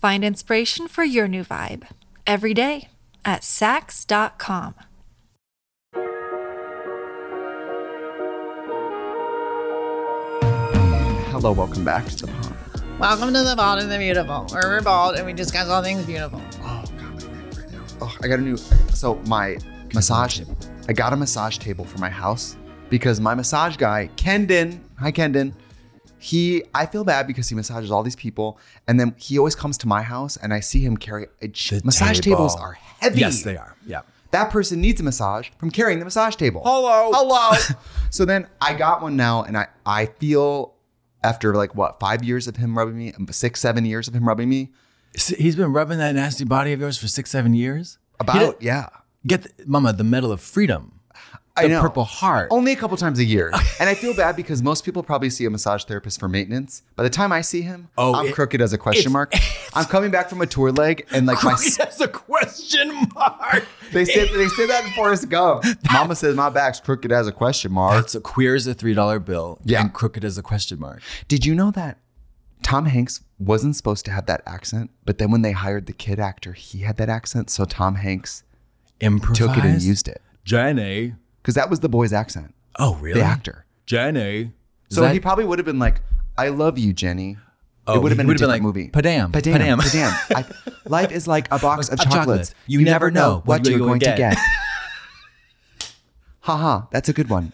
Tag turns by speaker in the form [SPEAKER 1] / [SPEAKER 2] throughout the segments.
[SPEAKER 1] Find inspiration for your new vibe every day at Sax.com.
[SPEAKER 2] Hello, welcome back to the pond.
[SPEAKER 3] Welcome to the Bald and the Beautiful, where we're bald and we discuss all things beautiful.
[SPEAKER 2] Oh god, my neck right now. Oh, I got a new. So my massage, I got a massage table for my house because my massage guy, Kendon, hi Kendon, he. I feel bad because he massages all these people, and then he always comes to my house, and I see him carry. A, ch- massage
[SPEAKER 4] table.
[SPEAKER 2] tables are heavy.
[SPEAKER 4] Yes, they are. Yeah.
[SPEAKER 2] That person needs a massage from carrying the massage table.
[SPEAKER 4] Hello.
[SPEAKER 2] hello. so then I got one now, and I I feel after like what five years of him rubbing me, six seven years of him rubbing me,
[SPEAKER 4] S- He's been rubbing that nasty body of yours for six, seven years. He
[SPEAKER 2] about
[SPEAKER 4] did-
[SPEAKER 2] yeah.
[SPEAKER 4] Get the, Mama the Medal of Freedom, the
[SPEAKER 2] I know.
[SPEAKER 4] Purple Heart.
[SPEAKER 2] Only a couple times a year. And I feel bad because most people probably see a massage therapist for maintenance. By the time I see him,
[SPEAKER 4] Oh,
[SPEAKER 2] I'm
[SPEAKER 4] it-
[SPEAKER 2] crooked as a question
[SPEAKER 4] it's-
[SPEAKER 2] mark. I'm coming back from a tour leg and like my
[SPEAKER 4] He has a question mark.
[SPEAKER 2] they say they say that in Forrest Gump. Mama says my back's crooked as a question mark.
[SPEAKER 4] It's a queer as a three dollar bill.
[SPEAKER 2] Yeah.
[SPEAKER 4] And crooked as a question mark.
[SPEAKER 2] Did you know that Tom Hanks wasn't supposed to have that accent, but then when they hired the kid actor, he had that accent, so Tom Hanks
[SPEAKER 4] Improvised.
[SPEAKER 2] took it and used it.
[SPEAKER 4] Jenny.
[SPEAKER 2] Because that was the boy's accent,
[SPEAKER 4] Oh really?
[SPEAKER 2] the actor.
[SPEAKER 4] Jenny. Is
[SPEAKER 2] So
[SPEAKER 4] that-
[SPEAKER 2] he probably would have been like, "I love you, Jenny."
[SPEAKER 4] Oh,
[SPEAKER 2] it would have
[SPEAKER 4] he
[SPEAKER 2] been a
[SPEAKER 4] would've been
[SPEAKER 2] different
[SPEAKER 4] like,
[SPEAKER 2] movie.
[SPEAKER 4] "Padam,
[SPEAKER 2] Padam,
[SPEAKER 4] padam."
[SPEAKER 2] padam. I, life is like a box
[SPEAKER 4] Like
[SPEAKER 2] of
[SPEAKER 4] a
[SPEAKER 2] chocolates.
[SPEAKER 4] chocolate.
[SPEAKER 2] You, never know what you're going to get. Ha ha, that's a good one.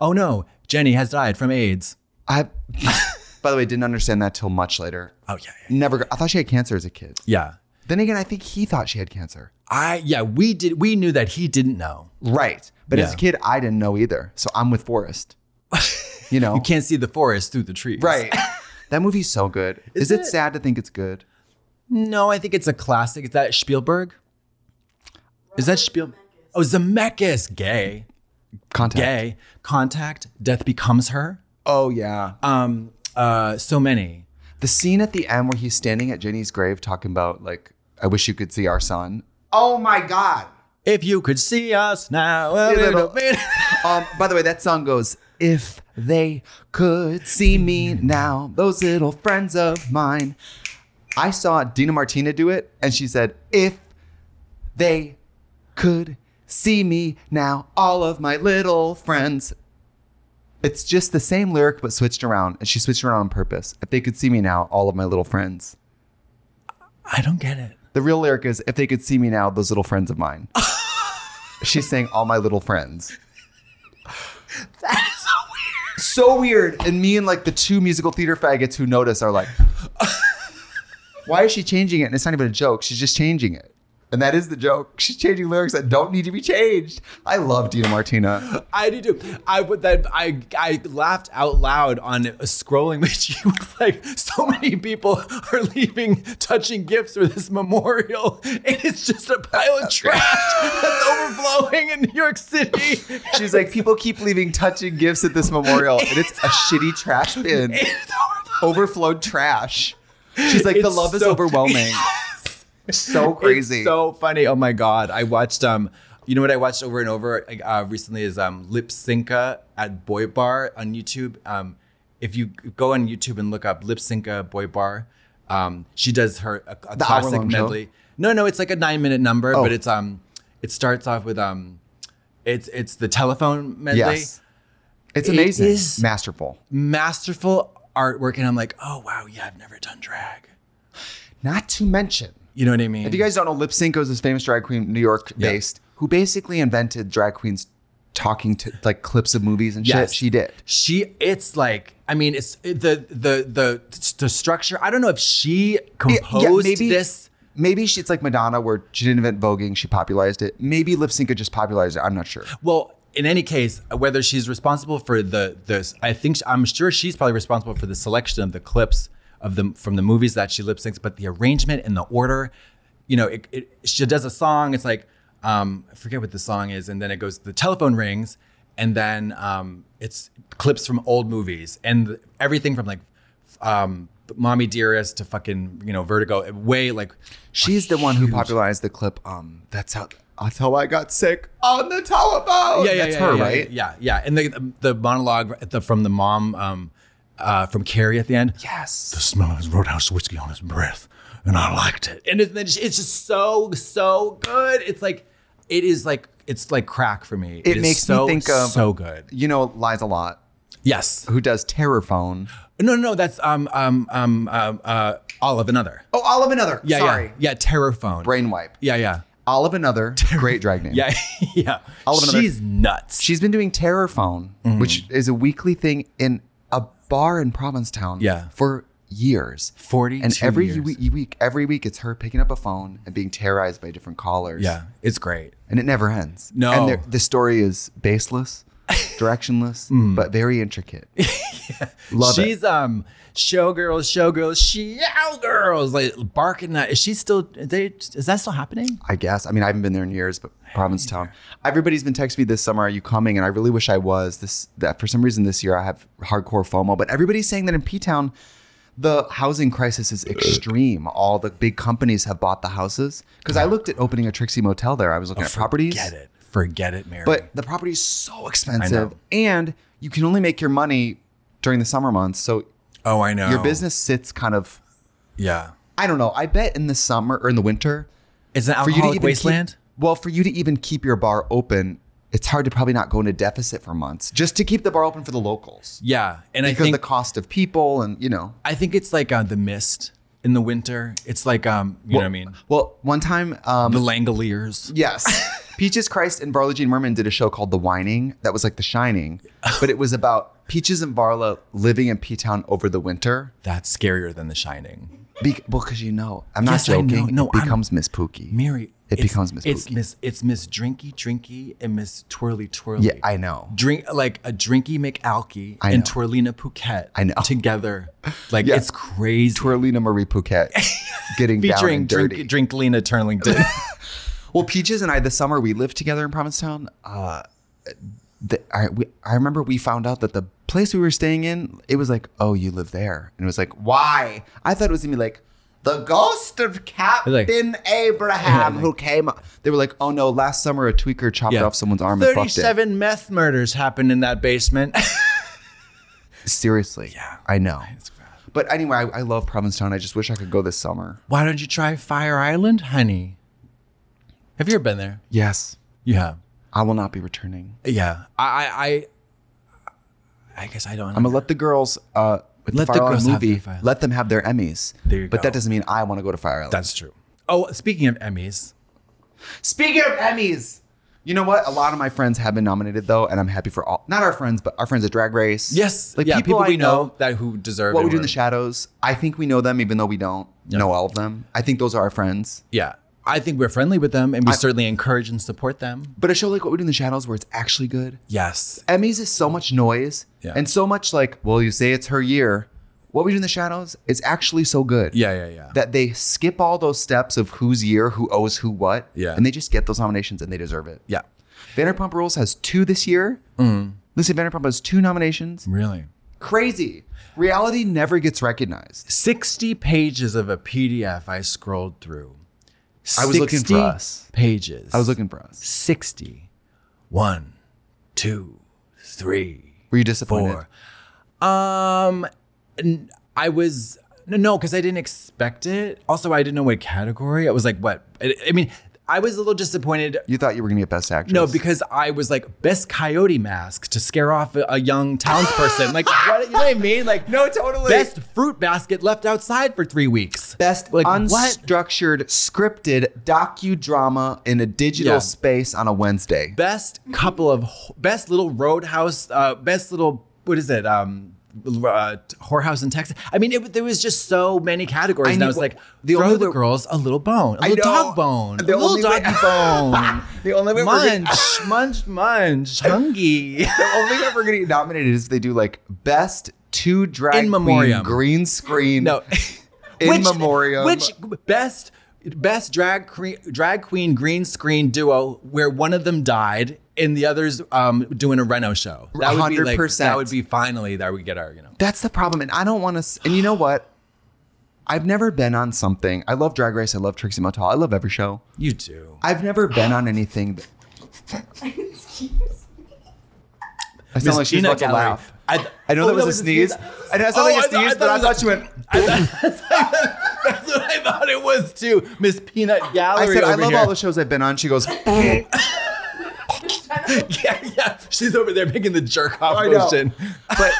[SPEAKER 4] oh no, Jenny has died from AIDS.
[SPEAKER 2] I, by the way, didn't understand that till much later.
[SPEAKER 4] Oh yeah. yeah.
[SPEAKER 2] Never. I thought she had cancer as a kid.
[SPEAKER 4] Yeah.
[SPEAKER 2] Then again, I think he thought she had cancer.
[SPEAKER 4] I yeah we did we knew that he didn't know.
[SPEAKER 2] Right. But as
[SPEAKER 4] Yeah.
[SPEAKER 2] a kid, I didn't know either. So I'm with Forrest. You know.
[SPEAKER 4] You can't see the forest through the trees.
[SPEAKER 2] Oh. Right. that movie's so good. Is,
[SPEAKER 4] Is
[SPEAKER 2] it
[SPEAKER 4] it?
[SPEAKER 2] sad to think it's good?
[SPEAKER 4] No, I think it's a classic. Is that Spielberg? Is that Spielberg? Oh, Zemeckis, gay,
[SPEAKER 2] Contact.
[SPEAKER 4] gay. Contact, Death Becomes Her.
[SPEAKER 2] Oh yeah.
[SPEAKER 4] Um, uh, so many.
[SPEAKER 2] The scene at the end where he's standing at Jenny's grave talking about like, I wish you could see our son. Oh my god.
[SPEAKER 4] If you could see us now, well,
[SPEAKER 2] Yeah,
[SPEAKER 4] we
[SPEAKER 2] no, no.
[SPEAKER 4] would-
[SPEAKER 2] Um, by the way, that song goes, If they could see me now, those little friends of mine. I saw Dina Martina do it, and she said, If they could see me now, all of my little friends. It's just the same lyric but switched around, and she switched around on purpose. If they could see me now, all of my little friends.
[SPEAKER 4] I don't get it.
[SPEAKER 2] The real lyric is if they could see me now, those little friends of mine. She's saying all my little friends.
[SPEAKER 4] That is so weird.
[SPEAKER 2] So weird. And me and like the two musical theater faggots who notice are like, why is she changing it? And it's not even a joke. She's just changing it. And that is the joke. She's changing lyrics that don't need to be changed. I love Dina Martina.
[SPEAKER 4] I do too. I would that I I laughed out loud on scrolling, but she was like, so many people are leaving touching gifts for this memorial, and it's just a pile of trash that's overflowing in New York City.
[SPEAKER 2] She's like, people keep leaving touching gifts at this memorial, and it's a shitty trash bin,
[SPEAKER 4] It's overflowing.
[SPEAKER 2] overflowed trash. She's Oh, like, the
[SPEAKER 4] It's
[SPEAKER 2] love is
[SPEAKER 4] so-
[SPEAKER 2] overwhelming. so crazy.
[SPEAKER 4] It's so funny. Oh my god! I watched um. You know what I watched over and over like, uh, recently is um Lip Synca at Boy Bar on YouTube. Um, if you go on YouTube and look up Lip Synca Boy Bar, um, she does her a, a classic
[SPEAKER 2] hour-long show?
[SPEAKER 4] medley. No, no, it's like a nine minute number,
[SPEAKER 2] Oh.
[SPEAKER 4] but it's um, it starts off with um, it's it's the telephone medley
[SPEAKER 2] yes. It's
[SPEAKER 4] It
[SPEAKER 2] amazing.
[SPEAKER 4] is-
[SPEAKER 2] Masterful.
[SPEAKER 4] masterful artwork and i'm like oh wow yeah i've never done drag
[SPEAKER 2] Not to mention,
[SPEAKER 4] you know what i mean
[SPEAKER 2] if you guys don't know, Lip Synco is this famous drag queen, New York
[SPEAKER 4] Yeah.
[SPEAKER 2] based, who basically invented drag queens talking to like clips of movies and
[SPEAKER 4] Yes.
[SPEAKER 2] shit. She did.
[SPEAKER 4] she it's like i mean it's it- the the the the structure i don't know if she composed this
[SPEAKER 2] Maybe she, it's like Madonna, where she didn't invent voguing, she popularized it. Maybe Lip Sync just popularized it. I'm not sure.
[SPEAKER 4] well in any case whether she's responsible for the this i think she- i'm sure she's probably responsible for the selection of the clips of them from the movies that she lip syncs but the arrangement and the order you know it, it she does a song it's like um i forget what the song is and then it goes the telephone rings and then um it's clips from old movies and everything from like um mommy dearest to fucking you know vertigo way like
[SPEAKER 2] She's the one who popularized the clip. Um, that's how that's how I got sick on the telephone.
[SPEAKER 4] yeah, yeah,
[SPEAKER 2] that's
[SPEAKER 4] yeah,
[SPEAKER 2] her,
[SPEAKER 4] yeah,
[SPEAKER 2] right?
[SPEAKER 4] Yeah, yeah. And the the monologue at the, from the mom um, uh, from Carrie at the end. The
[SPEAKER 2] Yes.
[SPEAKER 4] smell of his roadhouse whiskey on his breath, and I liked it. And it's, it's just so so good. It's like it is like it's like crack for me.
[SPEAKER 2] It
[SPEAKER 4] is
[SPEAKER 2] makes me
[SPEAKER 4] so,
[SPEAKER 2] think of-
[SPEAKER 4] so good.
[SPEAKER 2] You know, lies a lot.
[SPEAKER 4] Yes.
[SPEAKER 2] Who does Terror Phone?
[SPEAKER 4] No, no, no. That's um um um um uh Olive another.
[SPEAKER 2] Oh, Olive Another.
[SPEAKER 4] Yeah,
[SPEAKER 2] Sorry.
[SPEAKER 4] yeah, yeah. Terrorphone.
[SPEAKER 2] Brain wipe.
[SPEAKER 4] Yeah, yeah,
[SPEAKER 2] Olive Another. Great drag name.
[SPEAKER 4] yeah, yeah.
[SPEAKER 2] Olive Another.
[SPEAKER 4] She's nuts.
[SPEAKER 2] She's been doing Terror Phone,
[SPEAKER 4] Mm-hmm.
[SPEAKER 2] which is a weekly thing in a bar in Provincetown
[SPEAKER 4] Yeah.
[SPEAKER 2] for years.
[SPEAKER 4] 42
[SPEAKER 2] And every
[SPEAKER 4] years.
[SPEAKER 2] we- week, every week, it's her picking up a phone and being terrorized by different callers.
[SPEAKER 4] yeah, it's great.
[SPEAKER 2] And it never ends.
[SPEAKER 4] No.
[SPEAKER 2] And there- the story is baseless, directionless,
[SPEAKER 4] Mm.
[SPEAKER 2] but very intricate. Love it.
[SPEAKER 4] she's um showgirls, showgirls, showgirls, like barking that. Is she still? Is, they, is that still happening?
[SPEAKER 2] I guess. I mean, I haven't been there in years, but Provincetown. Everybody's been texting me this summer, "Are you coming?" And I really wish I was. This that for some reason this year I have hardcore FOMO, but everybody's saying that in P Town, the housing crisis is extreme. All the big companies have bought the houses because I looked at opening a Trixie Motel there. I was looking at properties,
[SPEAKER 4] Oh, Forget it. Forget it, Mary.
[SPEAKER 2] but the property is so expensive, and you can only make your money during the summer months. So
[SPEAKER 4] oh, I know
[SPEAKER 2] your business sits kind of.
[SPEAKER 4] Yeah,
[SPEAKER 2] I don't know. I bet in the summer or in the winter,
[SPEAKER 4] it's an alcoholic
[SPEAKER 2] even
[SPEAKER 4] wasteland.
[SPEAKER 2] Keep, well, for you to even keep your bar open, it's hard to probably not go into deficit for months just to keep the bar open for the locals
[SPEAKER 4] yeah, and I
[SPEAKER 2] because
[SPEAKER 4] think
[SPEAKER 2] the cost of people and you know.
[SPEAKER 4] I think it's like uh, the mist in the winter. It's like um, you know what I mean?
[SPEAKER 2] Well, one time, um,
[SPEAKER 4] The Langoliers.
[SPEAKER 2] yes, Peaches Christ and Varla Jean Merman did a show called The Whining that was like The Shining, but it was about Peaches and Varla living in P Town over the winter.
[SPEAKER 4] That's scarier than The Shining.
[SPEAKER 2] Be- well, because you know, I'm not
[SPEAKER 4] Yes, I know.
[SPEAKER 2] joking.
[SPEAKER 4] No,
[SPEAKER 2] it
[SPEAKER 4] I'm-
[SPEAKER 2] becomes Miss Pookie.
[SPEAKER 4] Mary,
[SPEAKER 2] It
[SPEAKER 4] it's-
[SPEAKER 2] becomes Miss
[SPEAKER 4] It's
[SPEAKER 2] Pookie.
[SPEAKER 4] Miss. It's Miss Drinky Drinky and Miss Twirly Twirly.
[SPEAKER 2] yeah, I know.
[SPEAKER 4] drink like a drinky McAlky
[SPEAKER 2] I
[SPEAKER 4] and
[SPEAKER 2] know.
[SPEAKER 4] Twirlina Phuket
[SPEAKER 2] I know.
[SPEAKER 4] together. Like
[SPEAKER 2] Yeah.
[SPEAKER 4] it's crazy.
[SPEAKER 2] Twirlina Marie Phuket getting down
[SPEAKER 4] Featuring
[SPEAKER 2] and dirty.
[SPEAKER 4] drink, drink Lena Turlington.
[SPEAKER 2] Well, Peaches and I, the summer we lived together in Provincetown, uh, the, I, we, I remember we found out that the place we were staying in, it was like, oh, you live there. And it was like, why? I thought it was going to be like, the ghost of Captain Abraham who came. up." They were like, oh no, last summer a tweaker chopped
[SPEAKER 4] Yeah.
[SPEAKER 2] off someone's arm and fucked it.
[SPEAKER 4] Thirty-seven meth murders happened in that basement.
[SPEAKER 2] Seriously.
[SPEAKER 4] Yeah.
[SPEAKER 2] I know. But anyway, I, I love Provincetown. I just wish I could go this summer.
[SPEAKER 4] Why don't you try Fire Island, honey? Have you ever been there?
[SPEAKER 2] Yes.
[SPEAKER 4] You have.
[SPEAKER 2] I will not be returning.
[SPEAKER 4] Yeah. I. I. I, I guess I don't.
[SPEAKER 2] I'm gonna let the girls uh with
[SPEAKER 4] Let
[SPEAKER 2] the
[SPEAKER 4] the
[SPEAKER 2] Fire Island
[SPEAKER 4] girls have
[SPEAKER 2] movie
[SPEAKER 4] their fire-
[SPEAKER 2] let them have their Emmys.
[SPEAKER 4] There you
[SPEAKER 2] but that
[SPEAKER 4] go.
[SPEAKER 2] doesn't mean I want to go to Fire Island.
[SPEAKER 4] That's true. Oh, speaking of Emmys,
[SPEAKER 2] Speaking of Emmys, you know what? A lot of my friends have been nominated though, and I'm happy for all not our friends, but our friends at Drag Race.
[SPEAKER 4] yes,
[SPEAKER 2] like
[SPEAKER 4] yeah,
[SPEAKER 2] people, I
[SPEAKER 4] we
[SPEAKER 2] know.
[SPEAKER 4] that who deserve
[SPEAKER 2] What
[SPEAKER 4] it
[SPEAKER 2] we do in
[SPEAKER 4] were-
[SPEAKER 2] the shadows. I think we know them, even though we don't know all of them. I think those are our friends.
[SPEAKER 4] Yeah. I think we're friendly with them and we certainly encourage and support them.
[SPEAKER 2] But a show like What We Do in the Shadows, where it's actually good,
[SPEAKER 4] Yes.
[SPEAKER 2] Emmys is so much noise
[SPEAKER 4] Yeah.
[SPEAKER 2] and so much like, well, you say it's her year. What We Do in the Shadows is actually so good.
[SPEAKER 4] Yeah, yeah, yeah.
[SPEAKER 2] That they skip all those steps of whose year, who owes who what,
[SPEAKER 4] Yeah.
[SPEAKER 2] and they just get those nominations and they deserve it.
[SPEAKER 4] yeah. Mm-hmm.
[SPEAKER 2] Vanderpump Rules has two this year. Lucy Vanderpump has two nominations.
[SPEAKER 4] Really.
[SPEAKER 2] Crazy. Reality never gets recognized.
[SPEAKER 4] 60 pages of a PDF I scrolled through.
[SPEAKER 2] I was looking for
[SPEAKER 4] 60
[SPEAKER 2] us.
[SPEAKER 4] Pages.
[SPEAKER 2] I was looking for us.
[SPEAKER 4] 60. One, two, three,
[SPEAKER 2] Were you disappointed?
[SPEAKER 4] four. Um, n- I was no, no, because I didn't expect it. Also, I didn't know what category. I was like, what? I, I mean, I was a little disappointed.
[SPEAKER 2] You thought you were going to get Best Actress.
[SPEAKER 4] No, because I was like best coyote mask to scare off a, a young townsperson. like, what, you know what I mean? Like,
[SPEAKER 2] No, totally.
[SPEAKER 4] Best fruit basket left outside for three weeks.
[SPEAKER 2] best
[SPEAKER 4] like what?
[SPEAKER 2] unstructured scripted docudrama in a digital
[SPEAKER 4] Yeah.
[SPEAKER 2] space on a Wednesday.
[SPEAKER 4] best couple of best little roadhouse uh best little what is it um uh, whorehouse in Texas. I mean, it, there was just so many categories,
[SPEAKER 2] I
[SPEAKER 4] and
[SPEAKER 2] knew-
[SPEAKER 4] I was like,
[SPEAKER 2] the
[SPEAKER 4] throw
[SPEAKER 2] only
[SPEAKER 4] the
[SPEAKER 2] way-
[SPEAKER 4] girls a little bone, a
[SPEAKER 2] I
[SPEAKER 4] little
[SPEAKER 2] know.
[SPEAKER 4] dog bone,
[SPEAKER 2] The
[SPEAKER 4] a little
[SPEAKER 2] only way-
[SPEAKER 4] doggy bone.
[SPEAKER 2] The only way we're gonna-
[SPEAKER 4] munch, munch, munch, hungry.
[SPEAKER 2] The only way we're going to get nominated is if they do like best two drag
[SPEAKER 4] In
[SPEAKER 2] queen
[SPEAKER 4] memoriam.
[SPEAKER 2] green screen.
[SPEAKER 4] No,
[SPEAKER 2] In memoriam.
[SPEAKER 4] Which best best drag queen drag queen green screen duo where one of them died and the others um doing a Reno show. That would be like
[SPEAKER 2] 100%.
[SPEAKER 4] that would be finally that we get our you know.
[SPEAKER 2] That's the problem. And I don't want to. And you know what? I've never been on something. I love Drag Race. I love Trixie Mattel. I love every show.
[SPEAKER 4] You do.
[SPEAKER 2] I've never been on anything. That, I sound like she's about to laugh.
[SPEAKER 4] I, th-
[SPEAKER 2] I know
[SPEAKER 4] oh,
[SPEAKER 2] that was a sneeze. I know it sounded like a
[SPEAKER 4] Oh, I thought- I
[SPEAKER 2] sneeze,
[SPEAKER 4] thought
[SPEAKER 2] but
[SPEAKER 4] it
[SPEAKER 2] I thought
[SPEAKER 4] was a-
[SPEAKER 2] you went.
[SPEAKER 4] I thought- That's what I thought it was too. Miss Peanut Gallery.
[SPEAKER 2] I said, I
[SPEAKER 4] over
[SPEAKER 2] love
[SPEAKER 4] here.
[SPEAKER 2] all the shows I've been on. She goes,
[SPEAKER 4] Yeah, yeah. She's over there making the jerk off
[SPEAKER 2] I know.
[SPEAKER 4] motion.
[SPEAKER 2] but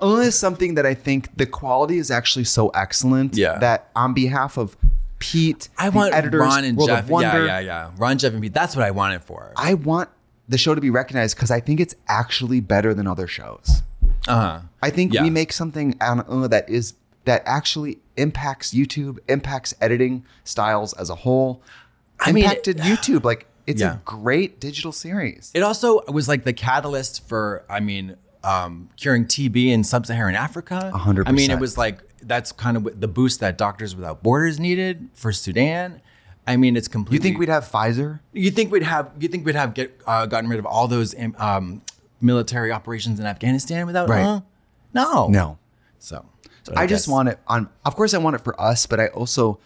[SPEAKER 2] only is something that I think the quality is actually so excellent
[SPEAKER 4] Yeah.
[SPEAKER 2] that on behalf of Pete,
[SPEAKER 4] I
[SPEAKER 2] the
[SPEAKER 4] want
[SPEAKER 2] editors,
[SPEAKER 4] Ron and
[SPEAKER 2] World
[SPEAKER 4] Jeff.
[SPEAKER 2] of Wonder,
[SPEAKER 4] yeah, yeah, yeah. Ron, Jeff, and Pete. That's what I wanted for.
[SPEAKER 2] I want the show to be recognized because I think it's actually better than other shows.
[SPEAKER 4] Uh huh.
[SPEAKER 2] I think
[SPEAKER 4] Yeah.
[SPEAKER 2] we make something out of- uh, that is that actually impacts YouTube, impacts editing styles as a whole,
[SPEAKER 4] I mean,
[SPEAKER 2] impacted YouTube. Like it's a
[SPEAKER 4] Yeah.
[SPEAKER 2] great digital series.
[SPEAKER 4] It also was like the catalyst for, I mean, um, curing TB in sub-Saharan Africa.
[SPEAKER 2] hundred
[SPEAKER 4] I mean, it
[SPEAKER 2] percent.
[SPEAKER 4] was like that's kind of what- the boost that Doctors Without Borders needed for Sudan. I mean, it's completely.
[SPEAKER 2] you think we'd have Pfizer?
[SPEAKER 4] You think we'd have? You think we'd have get, uh, gotten rid of all those um, military operations in Afghanistan without?
[SPEAKER 2] Right.
[SPEAKER 4] uh, no.
[SPEAKER 2] No.
[SPEAKER 4] So.
[SPEAKER 2] I, just
[SPEAKER 4] guess-
[SPEAKER 2] want it on. Of course, I want it for us, but I also,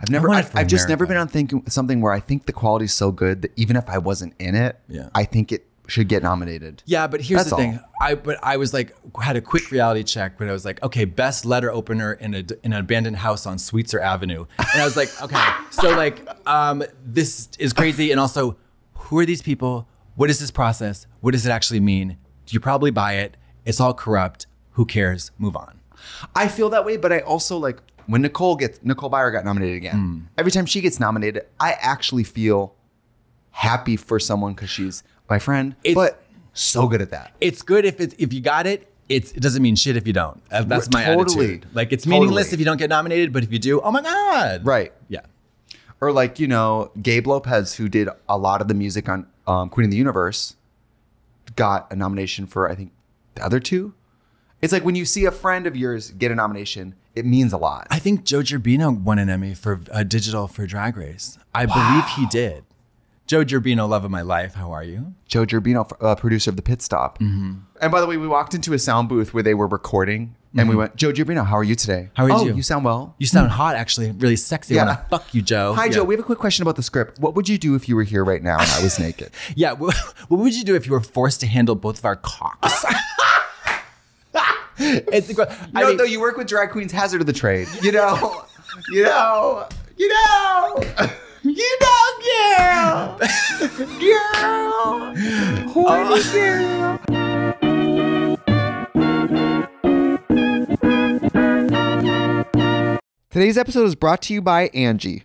[SPEAKER 2] I've never,
[SPEAKER 4] want
[SPEAKER 2] I
[SPEAKER 4] it for
[SPEAKER 2] have just never
[SPEAKER 4] America.
[SPEAKER 2] been on thinking something where I think the quality's so good that even if I wasn't in it,
[SPEAKER 4] Yeah.
[SPEAKER 2] I think it should get nominated.
[SPEAKER 4] Yeah, but here's
[SPEAKER 2] That's
[SPEAKER 4] the thing.
[SPEAKER 2] all.
[SPEAKER 4] I but I was like had a quick reality check when I was like, okay, best letter opener in a in an abandoned house on Sweetser Avenue, and I was like, okay, so like um, this is crazy, and also, who are these people? What is this process? What does it actually mean? You probably buy it. It's all corrupt. Who cares? Move on.
[SPEAKER 2] I feel that way, but I also like when Nicole gets Nicole Byer got nominated
[SPEAKER 4] Hmm.
[SPEAKER 2] again. Every time she gets nominated, I actually feel happy for someone because she's my friend,
[SPEAKER 4] It's-
[SPEAKER 2] but so good at that.
[SPEAKER 4] It's good if it's if you got it. It's, it doesn't mean shit if you don't. Uh, That's my
[SPEAKER 2] Totally.
[SPEAKER 4] attitude. Like it's
[SPEAKER 2] Totally.
[SPEAKER 4] meaningless if you don't get nominated, but if you do, oh my god.
[SPEAKER 2] Right.
[SPEAKER 4] Yeah.
[SPEAKER 2] Or like you know Gabe Lopez, who did a lot of the music on um, Queen of the Universe, got a nomination for I think the other two. It's like when you see a friend of yours get a nomination, it means a lot.
[SPEAKER 4] I think Joe Gerbino won an Emmy for uh, digital for Drag Race. I believe he did. Joe Gerbino, love of my life, how are you?
[SPEAKER 2] Joe Gerbino, uh, producer of the Pit Stop.
[SPEAKER 4] Mm-hmm.
[SPEAKER 2] And by the way, we walked into a sound booth where they were recording, and we went, "Joe Gerbino, how are you today?
[SPEAKER 4] Mm-hmm. How are
[SPEAKER 2] oh,
[SPEAKER 4] you?"
[SPEAKER 2] You sound well.
[SPEAKER 4] You sound hot, actually, really sexy. I
[SPEAKER 2] Yeah.
[SPEAKER 4] want to fuck you, Joe.
[SPEAKER 2] Hi,
[SPEAKER 4] yeah.
[SPEAKER 2] Joe. We have a quick question about the script. What would you do if you were here right now and I was naked?
[SPEAKER 4] yeah. What what would you do if you were forced to handle both of our cocks? it's incredible.
[SPEAKER 2] You know, though, you work with drag queens, hazard of the trade. You know, you know, you know, you know, girl, girl, Uh, horny girl. Today's episode is brought to you by Angie.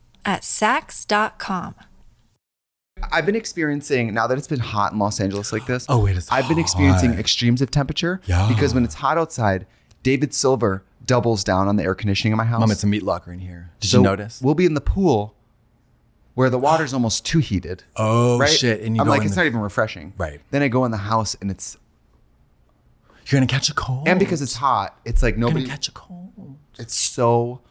[SPEAKER 1] at Sax.com.
[SPEAKER 2] I've been experiencing now that it's been hot in Los Angeles like this.
[SPEAKER 4] Oh, it is
[SPEAKER 2] I've been experiencing
[SPEAKER 4] hot.
[SPEAKER 2] extremes of temperature
[SPEAKER 4] Yeah.
[SPEAKER 2] because when it's hot outside, David Silver doubles down on the air conditioning in my house.
[SPEAKER 4] Mom, it's a meat locker in here. Did
[SPEAKER 2] So
[SPEAKER 4] you notice?
[SPEAKER 2] We'll be in the pool where the water's almost too heated.
[SPEAKER 4] oh
[SPEAKER 2] right?
[SPEAKER 4] shit! And you
[SPEAKER 2] I'm
[SPEAKER 4] go
[SPEAKER 2] like,
[SPEAKER 4] in
[SPEAKER 2] it's
[SPEAKER 4] the-
[SPEAKER 2] not even refreshing.
[SPEAKER 4] Right.
[SPEAKER 2] Then I go in the house and it's
[SPEAKER 4] You're gonna catch a cold.
[SPEAKER 2] and because it's hot, it's like
[SPEAKER 4] you're gonna
[SPEAKER 2] nobody.
[SPEAKER 4] catch a cold. You're
[SPEAKER 2] It's so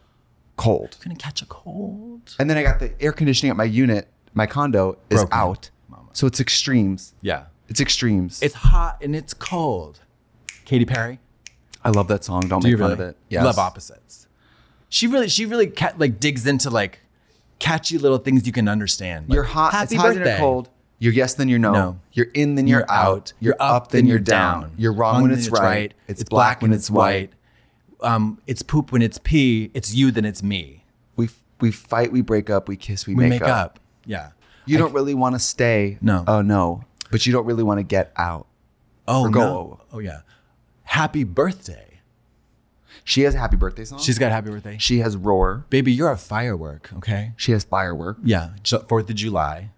[SPEAKER 2] cold.
[SPEAKER 4] gonna catch a cold.
[SPEAKER 2] And then I got the air conditioning at my unit, my condo is
[SPEAKER 4] Broken.
[SPEAKER 2] out. So it's extremes.
[SPEAKER 4] Yeah.
[SPEAKER 2] It's extremes.
[SPEAKER 4] It's hot and it's cold. Katy Perry.
[SPEAKER 2] I love that song. Don't
[SPEAKER 4] Do
[SPEAKER 2] make
[SPEAKER 4] you really
[SPEAKER 2] fun of it.
[SPEAKER 4] love opposites? She really, she really ca- like digs into like catchy little things you can understand. Like,
[SPEAKER 2] You're hot. it's
[SPEAKER 4] Happy
[SPEAKER 2] hot,
[SPEAKER 4] birthday.
[SPEAKER 2] then you're cold. You're yes, then you're no.
[SPEAKER 4] No.
[SPEAKER 2] You're in, then you're,
[SPEAKER 4] You're
[SPEAKER 2] out. You're up, then you're down. You're wrong, when it's right. It's, black, when it's white.
[SPEAKER 4] Um, it's poop when it's pee. It's you then it's me.
[SPEAKER 2] We we fight. We break up. We kiss. We,
[SPEAKER 4] We
[SPEAKER 2] make, up.
[SPEAKER 4] Yeah.
[SPEAKER 2] You don't really want to stay.
[SPEAKER 4] No.
[SPEAKER 2] Oh no. But you don't really want to get out.
[SPEAKER 4] Oh
[SPEAKER 2] go.
[SPEAKER 4] no. Oh yeah. Happy birthday.
[SPEAKER 2] She has a happy birthday song.
[SPEAKER 4] She's got happy birthday.
[SPEAKER 2] she has roar.
[SPEAKER 4] Baby, you're a firework. Okay.
[SPEAKER 2] She has firework.
[SPEAKER 4] Yeah. Ju- Fourth of July.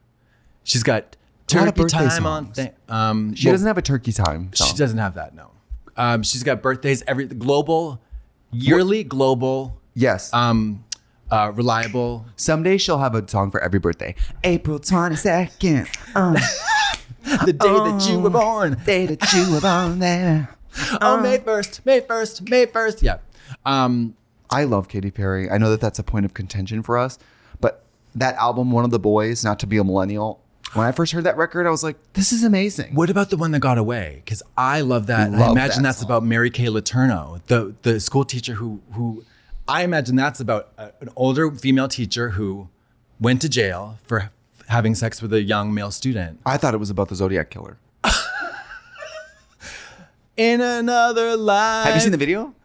[SPEAKER 4] She's got
[SPEAKER 2] A lot of
[SPEAKER 4] turkey
[SPEAKER 2] birthday
[SPEAKER 4] time on.
[SPEAKER 2] songs.
[SPEAKER 4] Th- um,
[SPEAKER 2] She doesn't have a turkey time. Song.
[SPEAKER 4] She doesn't have that. No. Um, she's got birthdays every global, yearly global,
[SPEAKER 2] Yes.
[SPEAKER 4] um, uh, reliable.
[SPEAKER 2] Someday she'll have a song for every birthday. April twenty second.
[SPEAKER 4] The day that you were born.
[SPEAKER 2] Oh, Day that you were born. there. Uh.
[SPEAKER 4] Oh, May first, May first, May first. Yeah. Um,
[SPEAKER 2] I love Katy Perry. I know that that's a point of contention for us, but that album, One of the Boys, not to be a millennial. When I first heard that record, I was like, "This is amazing."
[SPEAKER 4] what about the one that got away? Because I love that.
[SPEAKER 2] Love
[SPEAKER 4] I imagine
[SPEAKER 2] that
[SPEAKER 4] that's
[SPEAKER 2] song.
[SPEAKER 4] about Mary Kay Letourneau, the the school teacher who who I imagine that's about a, an older female teacher who went to jail for having sex with a young male student.
[SPEAKER 2] I thought it was about the Zodiac killer.
[SPEAKER 4] In another life.
[SPEAKER 2] Have you seen the video?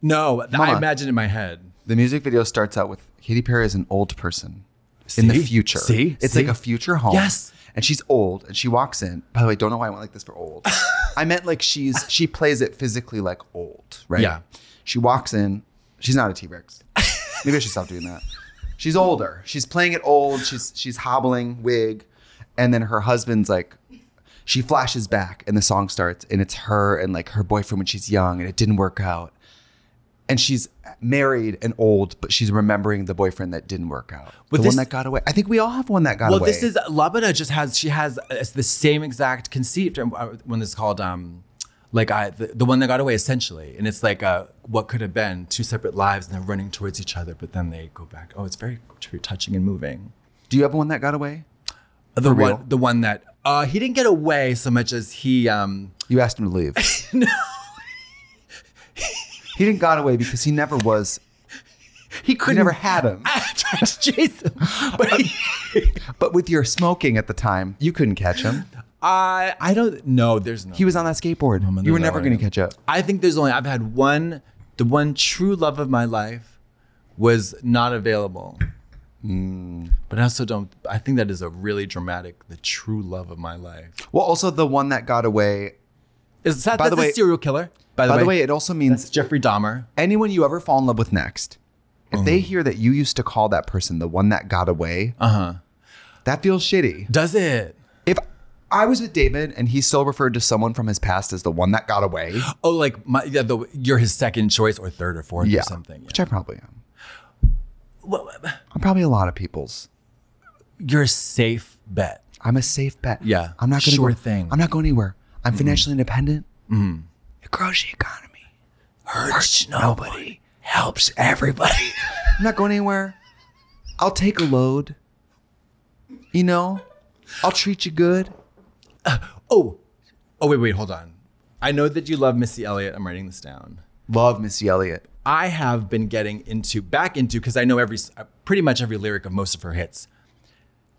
[SPEAKER 4] No, th-
[SPEAKER 2] Mama.
[SPEAKER 4] I imagine in my head.
[SPEAKER 2] The music video starts out with Katy Perry as an old person in the
[SPEAKER 4] See?
[SPEAKER 2] future.
[SPEAKER 4] See?
[SPEAKER 2] it's
[SPEAKER 4] See?
[SPEAKER 2] like a future home.
[SPEAKER 4] Yes.
[SPEAKER 2] and she's old, and she walks in. By the way, don't know why I went like this for old. I meant like she's she plays it physically like old, right?
[SPEAKER 4] Yeah.
[SPEAKER 2] She walks in. She's not a T Rex. Maybe I should stop doing that. She's older. She's playing it old. She's she's hobbling wig, and then her husband's like. She flashes back, and the song starts, and it's her and like her boyfriend when she's young, and it didn't work out and she's married and old, but she's remembering the boyfriend that didn't work out.
[SPEAKER 4] But
[SPEAKER 2] the
[SPEAKER 4] this-
[SPEAKER 2] one that got away. I think we all have one that got
[SPEAKER 4] Well,
[SPEAKER 2] away.
[SPEAKER 4] this is Labada just has she has uh, the same exact conceit um, uh, when it's called um like I the, the one that got away essentially, and it's like uh what could have been two separate lives and they're running towards each other, but then they go back. Oh, it's very t- touching and moving.
[SPEAKER 2] Do you have one that got away?
[SPEAKER 4] The
[SPEAKER 2] real?
[SPEAKER 4] one the one that uh he didn't get away so much as he um
[SPEAKER 2] You asked him to leave. no. he didn't got away because he never was.
[SPEAKER 4] he
[SPEAKER 2] You
[SPEAKER 4] could
[SPEAKER 2] never had him.
[SPEAKER 4] tried to chase him, but he,
[SPEAKER 2] But with your smoking at the time, you couldn't catch him.
[SPEAKER 4] I I don't know. There's no.
[SPEAKER 2] He was on that skateboard.
[SPEAKER 4] I'm in
[SPEAKER 2] you were
[SPEAKER 4] the
[SPEAKER 2] never
[SPEAKER 4] middle
[SPEAKER 2] going
[SPEAKER 4] right
[SPEAKER 2] to catch up.
[SPEAKER 4] I think there's only I've had one. The one true love of my life was not available.
[SPEAKER 2] Hmm.
[SPEAKER 4] But I also don't. I think that is a really dramatic. The true love of my life.
[SPEAKER 2] Well, also the one that got away.
[SPEAKER 4] Is that
[SPEAKER 2] By
[SPEAKER 4] that's
[SPEAKER 2] the way-
[SPEAKER 4] a serial killer? By the
[SPEAKER 2] By
[SPEAKER 4] way,
[SPEAKER 2] the way, it also means
[SPEAKER 4] it's Jeffrey Dahmer.
[SPEAKER 2] anyone you ever fall in love with next. If
[SPEAKER 4] Mm-hmm.
[SPEAKER 2] they hear that you used to call that person the one that got away,
[SPEAKER 4] Uh huh.
[SPEAKER 2] that feels shitty.
[SPEAKER 4] Does it?
[SPEAKER 2] If I was with David and he still referred to someone from his past as the one that got away,
[SPEAKER 4] Oh, like my yeah. The, you're his second choice or third or fourth or something.
[SPEAKER 2] which I probably am.
[SPEAKER 4] Well,
[SPEAKER 2] I'm probably a lot of people's.
[SPEAKER 4] You're a safe bet.
[SPEAKER 2] I'm a safe bet.
[SPEAKER 4] Yeah,
[SPEAKER 2] I'm not going
[SPEAKER 4] sure
[SPEAKER 2] anywhere.
[SPEAKER 4] thing. Mm-hmm.
[SPEAKER 2] I'm not going anywhere. I'm financially independent. The grocery economy.
[SPEAKER 4] Hurts nobody, helps everybody.
[SPEAKER 2] I'm not going anywhere. I'll take a load. You know, I'll treat you good.
[SPEAKER 4] Oh, oh wait, wait, hold on. I know that you love Missy Elliott. I'm writing this down.
[SPEAKER 2] Love Missy Elliott.
[SPEAKER 4] I have been getting into back into because I know every s- uh, pretty much every lyric of most of her hits.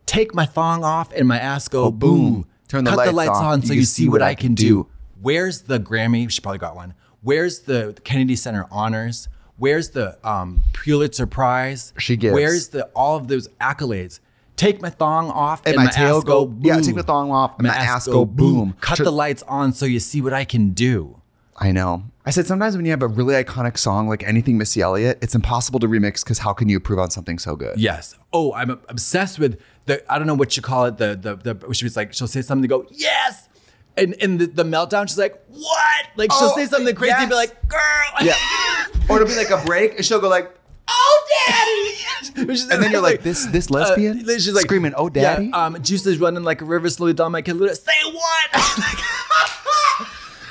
[SPEAKER 4] Take my thong off and my ass go boom.
[SPEAKER 2] Oh, boom. Turn the
[SPEAKER 4] Cut the
[SPEAKER 2] lights
[SPEAKER 4] lights
[SPEAKER 2] off.
[SPEAKER 4] on so you, see what I can
[SPEAKER 2] do."
[SPEAKER 4] do. Where's the Grammy? She probably got one. Where's the Kennedy Center Honors? Where's the um, Pulitzer Prize?
[SPEAKER 2] She gives.
[SPEAKER 4] Where's the all of those accolades? Take my thong off and,
[SPEAKER 2] my tail go-
[SPEAKER 4] boom.
[SPEAKER 2] yeah, take my thong off and my ass go boom.
[SPEAKER 4] Cut
[SPEAKER 2] Tur-
[SPEAKER 4] the lights on so you see what I can do.
[SPEAKER 2] I know. I said sometimes when you have a really iconic song like anything Missy Elliott, it's impossible to remix because how can you improve on something so good?
[SPEAKER 4] Yes. Oh, I'm obsessed with the. I don't know what you call it. The the the. She's like she'll say something, go yes, and and the, the meltdown. She's like what? Like she'll
[SPEAKER 2] Oh,
[SPEAKER 4] say something crazy and be
[SPEAKER 2] yes.
[SPEAKER 4] like girl.
[SPEAKER 2] Yeah. or it'll be like a break and she'll go like,
[SPEAKER 4] Oh, daddy! Which is-
[SPEAKER 2] And then you're like, this- this lesbian?
[SPEAKER 4] Uh, then she's like
[SPEAKER 2] Screaming, "Oh, daddy?"
[SPEAKER 4] Yeah, um, juice is running like a river slowly down my caluda. Say what?